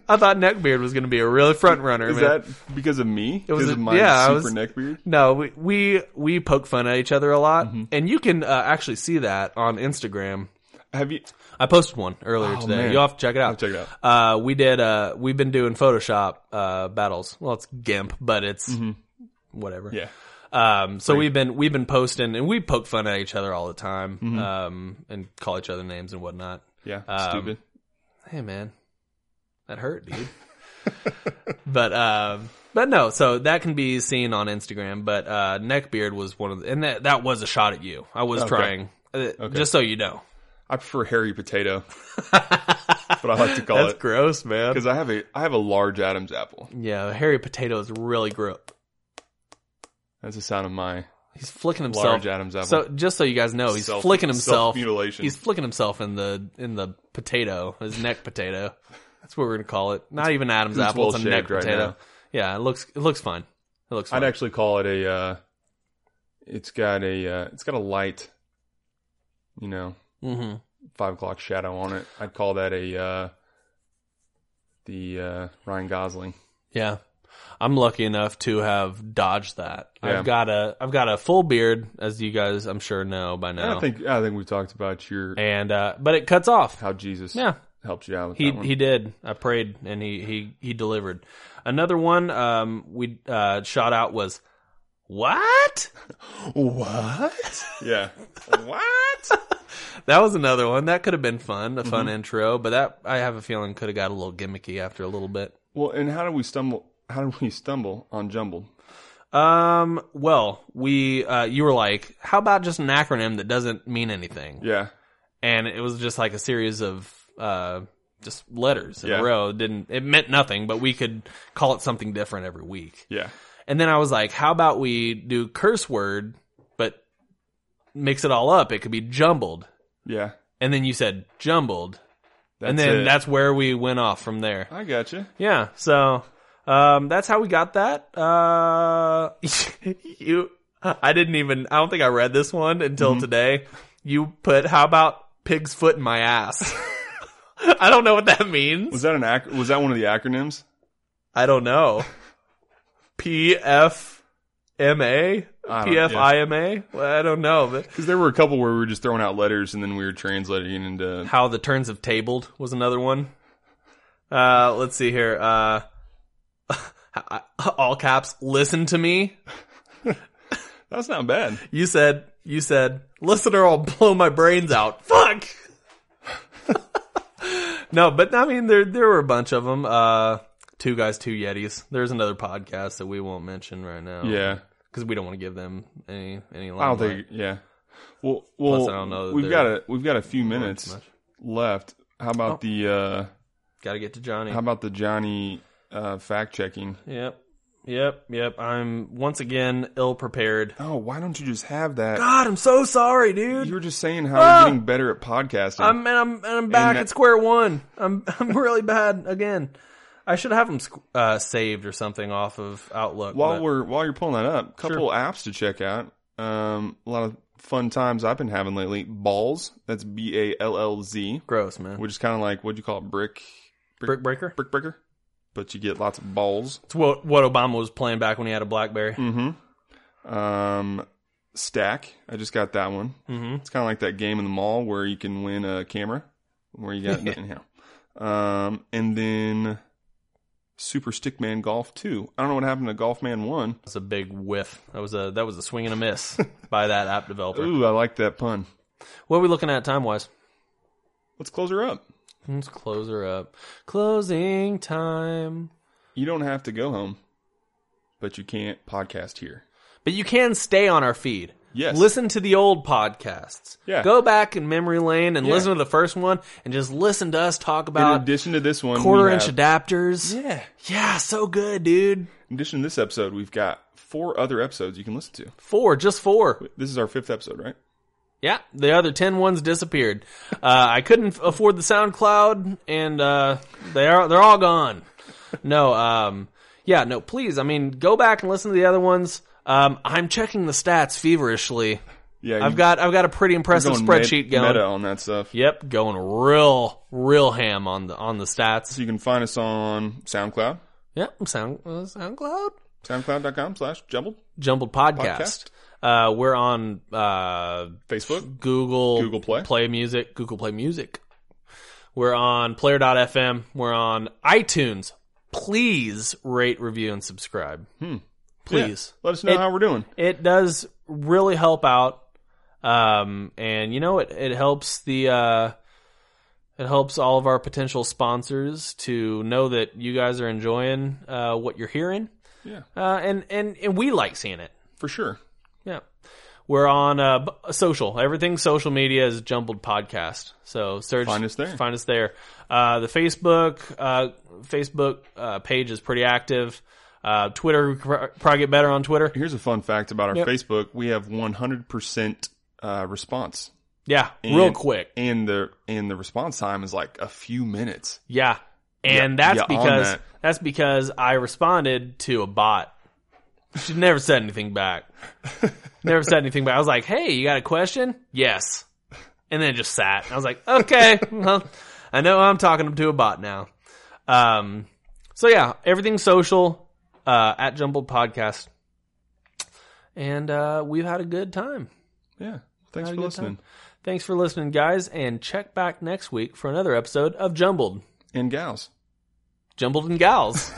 S2: I thought neckbeard was going to be a really front runner.
S1: Is
S2: man.
S1: that because of me?
S2: was
S1: Because
S2: a-
S1: of my
S2: yeah, I
S1: super
S2: was-
S1: neck beard?
S2: No, we, we we poke fun at each other a lot,
S1: Mm-hmm.
S2: and you can uh, actually see that on Instagram.
S1: Have you?
S2: I posted one earlier today.
S1: Oh, man.
S2: You'll have to check it out.
S1: check it out.
S2: Uh, we did. Uh, we've been doing Photoshop uh, battles. Well, it's GIMP, but it's whatever.
S1: Mm-hmm. Yeah.
S2: Um, so we've been we've been posting and we poke fun at each other all the time,
S1: Mm-hmm.
S2: um, and call each other names and whatnot.
S1: Yeah.
S2: Um,
S1: stupid.
S2: Hey, man, that hurt, dude. but um, but no, so that can be seen on Instagram. But uh, neckbeard was one of the, and that that was a shot at you. I was trying, uh, just so you know.
S1: I prefer hairy potato. That's what I like to call
S2: That's
S1: it.
S2: gross, man.
S1: Because I have a I have a large Adam's apple.
S2: Yeah, the hairy potato is really gross.
S1: That's the sound of my
S2: He's flicking himself.
S1: large Adam's apple.
S2: So just so you guys know, he's
S1: Self-
S2: flicking himself.
S1: self-mutilation.
S2: He's flicking himself in the in the potato, his neck potato. That's what we're gonna call it. Not even Adam's
S1: it's
S2: apple. It's a
S1: well-shaped
S2: neck
S1: right
S2: potato.
S1: now.
S2: yeah, it looks it looks fine. It looks fine.
S1: I'd actually call it a. Uh, it's got a. Uh, it's got a light. You know,
S2: hmm
S1: five o'clock shadow on it. I'd call that a. Uh, the uh, Ryan Gosling.
S2: Yeah. I'm lucky enough to have dodged that.
S1: Yeah.
S2: I've got a I've got a full beard, as you guys I'm sure know by
S1: And
S2: now.
S1: I think I think we talked about your
S2: and uh, but it cuts off.
S1: how Jesus
S2: Yeah,
S1: helped you out with
S2: he
S1: that one.
S2: he did. I prayed and he he he delivered. Another one um, we uh, shot out was what?
S1: what? yeah. What?
S2: That was another one that could have been fun, a
S1: Mm-hmm.
S2: fun intro. But that I have a feeling could have got a little gimmicky after a little bit.
S1: Well, and how do we stumble? How do we stumble on jumbled?
S2: Um. Well, we uh, you were like, how about just an acronym that doesn't mean anything?
S1: Yeah,
S2: And it was just like a series of uh, just letters in
S1: Yeah.
S2: a row. It didn't it meant nothing, but we could call it something different every week.
S1: yeah,
S2: And then I was like, how about we do curse word, but mix it all up? It could be jumbled.
S1: yeah.
S2: And then you said jumbled,
S1: That's
S2: and then
S1: it.
S2: that's where we went off from there.
S1: I gotcha.
S2: Yeah. So um, that's how we got that. Uh, you, I didn't even. I don't think I read this one until today. You put how about pig's foot in my ass? I don't know what that
S1: Was
S2: means.
S1: that an ac- was that one of the acronyms?
S2: I don't know. P F M A
S1: I don't-
S2: P F I M A. Well, I don't know. But
S1: Because there were a couple where we were just throwing out letters and then we were translating into
S2: how the turns have tabled was another one. Uh, let's see here. Uh, all caps. Listen to me.
S1: that's not bad.
S2: You said, you said, listen or I'll blow my brains out. Fuck! no, but I mean, there, there were a bunch of them. Uh, two guys, two Yetis. There's another podcast that we won't mention right now.
S1: Yeah,
S2: Cause we don't want to give them any, any
S1: I don't
S2: limelight.
S1: think. Yeah. Well, well,
S2: I don't know that
S1: we've
S2: they're-
S1: got a we've got a few minutes
S2: much.
S1: left. How about the uh
S2: Gotta get to Johnny.
S1: how about the Johnny uh fact checking?
S2: yep. Yep. Yep. I'm once again ill prepared.
S1: Oh, why don't you just have that?
S2: God, I'm so sorry, dude.
S1: You were just saying how
S2: Ah!
S1: we're getting better at podcasting.
S2: I'm and I'm and I'm back
S1: that-
S2: at square one. I'm I'm really bad again. I should have them uh, saved or something off of Outlook.
S1: while
S2: but-
S1: we're while you're pulling that up, couple
S2: Sure.
S1: apps to check out. Um, a lot of fun times I've been having lately. Balls, that's B A L L Z,
S2: gross, man.
S1: which is kind of like what do you call it, brick
S2: Brick breaker.
S1: brick breaker, but you get lots of balls.
S2: It's what what Obama was playing back when he had a BlackBerry.
S1: Mm-hmm. Um, stack, I just got that one.
S2: Mm-hmm.
S1: It's kind of like that game in the mall where you can win a camera, where you got nothing. Anyhow. Um, and then Super Stickman Golf Two. I don't know what happened to Golf Man One.
S2: That's a big whiff. That was a that was a swing and a miss by that app developer.
S1: Ooh, I like that pun.
S2: What are we looking at time wise?
S1: Let's close her up.
S2: Let's close her up. Closing time.
S1: You don't have to go home, but you can't podcast here.
S2: But you can stay on our feed.
S1: Yes.
S2: Listen to the old podcasts.
S1: Yeah.
S2: Go back in memory lane and listen to the first one and just listen to us talk
S1: In
S2: about
S1: addition to this one, we
S2: Uh, quarter inch
S1: have-
S2: adapters.
S1: yeah.
S2: Yeah, so good, dude.
S1: In addition to this episode, we've got four other episodes you can listen to.
S2: Four, just four.
S1: This is our fifth episode, right?
S2: Yeah, the other ten ones disappeared. Uh, I couldn't afford the SoundCloud, and uh, they are they're all gone. No, um, yeah, no. Please, I mean, go back and listen to the other ones. Um, I'm checking the stats feverishly.
S1: Yeah,
S2: I've got I've got a pretty impressive spreadsheet
S1: meta,
S2: going.
S1: on that stuff.
S2: Yep, going real real ham on the on the stats.
S1: So you can find us on SoundCloud,
S2: Yep, sound uh, SoundCloud.
S1: soundcloud.com slash jumbled,
S2: Jumbled Podcast. Uh, we're on uh,
S1: Facebook,
S2: Google
S1: Google Play.
S2: Music, Google Play Music. We're on Player.fm. We're on iTunes. Please rate, review, and subscribe. Please.
S1: Let us know
S2: It-
S1: how we're doing.
S2: Hmm. It does really help out. Um, and you know, it, it helps the, uh, it helps all of our potential sponsors to know that you guys are enjoying, uh, what you're hearing.
S1: Yeah,
S2: Uh, and, and, and we like seeing it.
S1: for sure.
S2: Yeah. We're on uh, b- social. Everything social media is jumbled podcast. So search
S1: Find us there.
S2: Find us there. Uh, the Facebook uh, Facebook uh, page is pretty active. Uh, Twitter we could pro- probably get better on Twitter.
S1: Here's a fun fact about our Facebook. We have 100% uh, response.
S2: Yeah, real
S1: And-
S2: quick.
S1: And the and the response time is like a few minutes.
S2: Yeah, and
S1: Yeah,
S2: that's
S1: yeah, on
S2: because
S1: that.
S2: that's because I responded to a bot. She never said anything back. never said anything back. I was like, "Hey, you got a question?" Yes, and then it just sat. I was like, "Okay, well, I know I'm talking to a bot now." Um, so yeah, everything social. uh, at Jumbled Podcast. And uh, we've had a good time.
S1: Yeah. Thanks
S2: Had a
S1: for
S2: good
S1: listening.
S2: time. Thanks for listening, guys, and check back next week for another episode of Jumbled.
S1: And gals.
S2: Jumbled and Gals.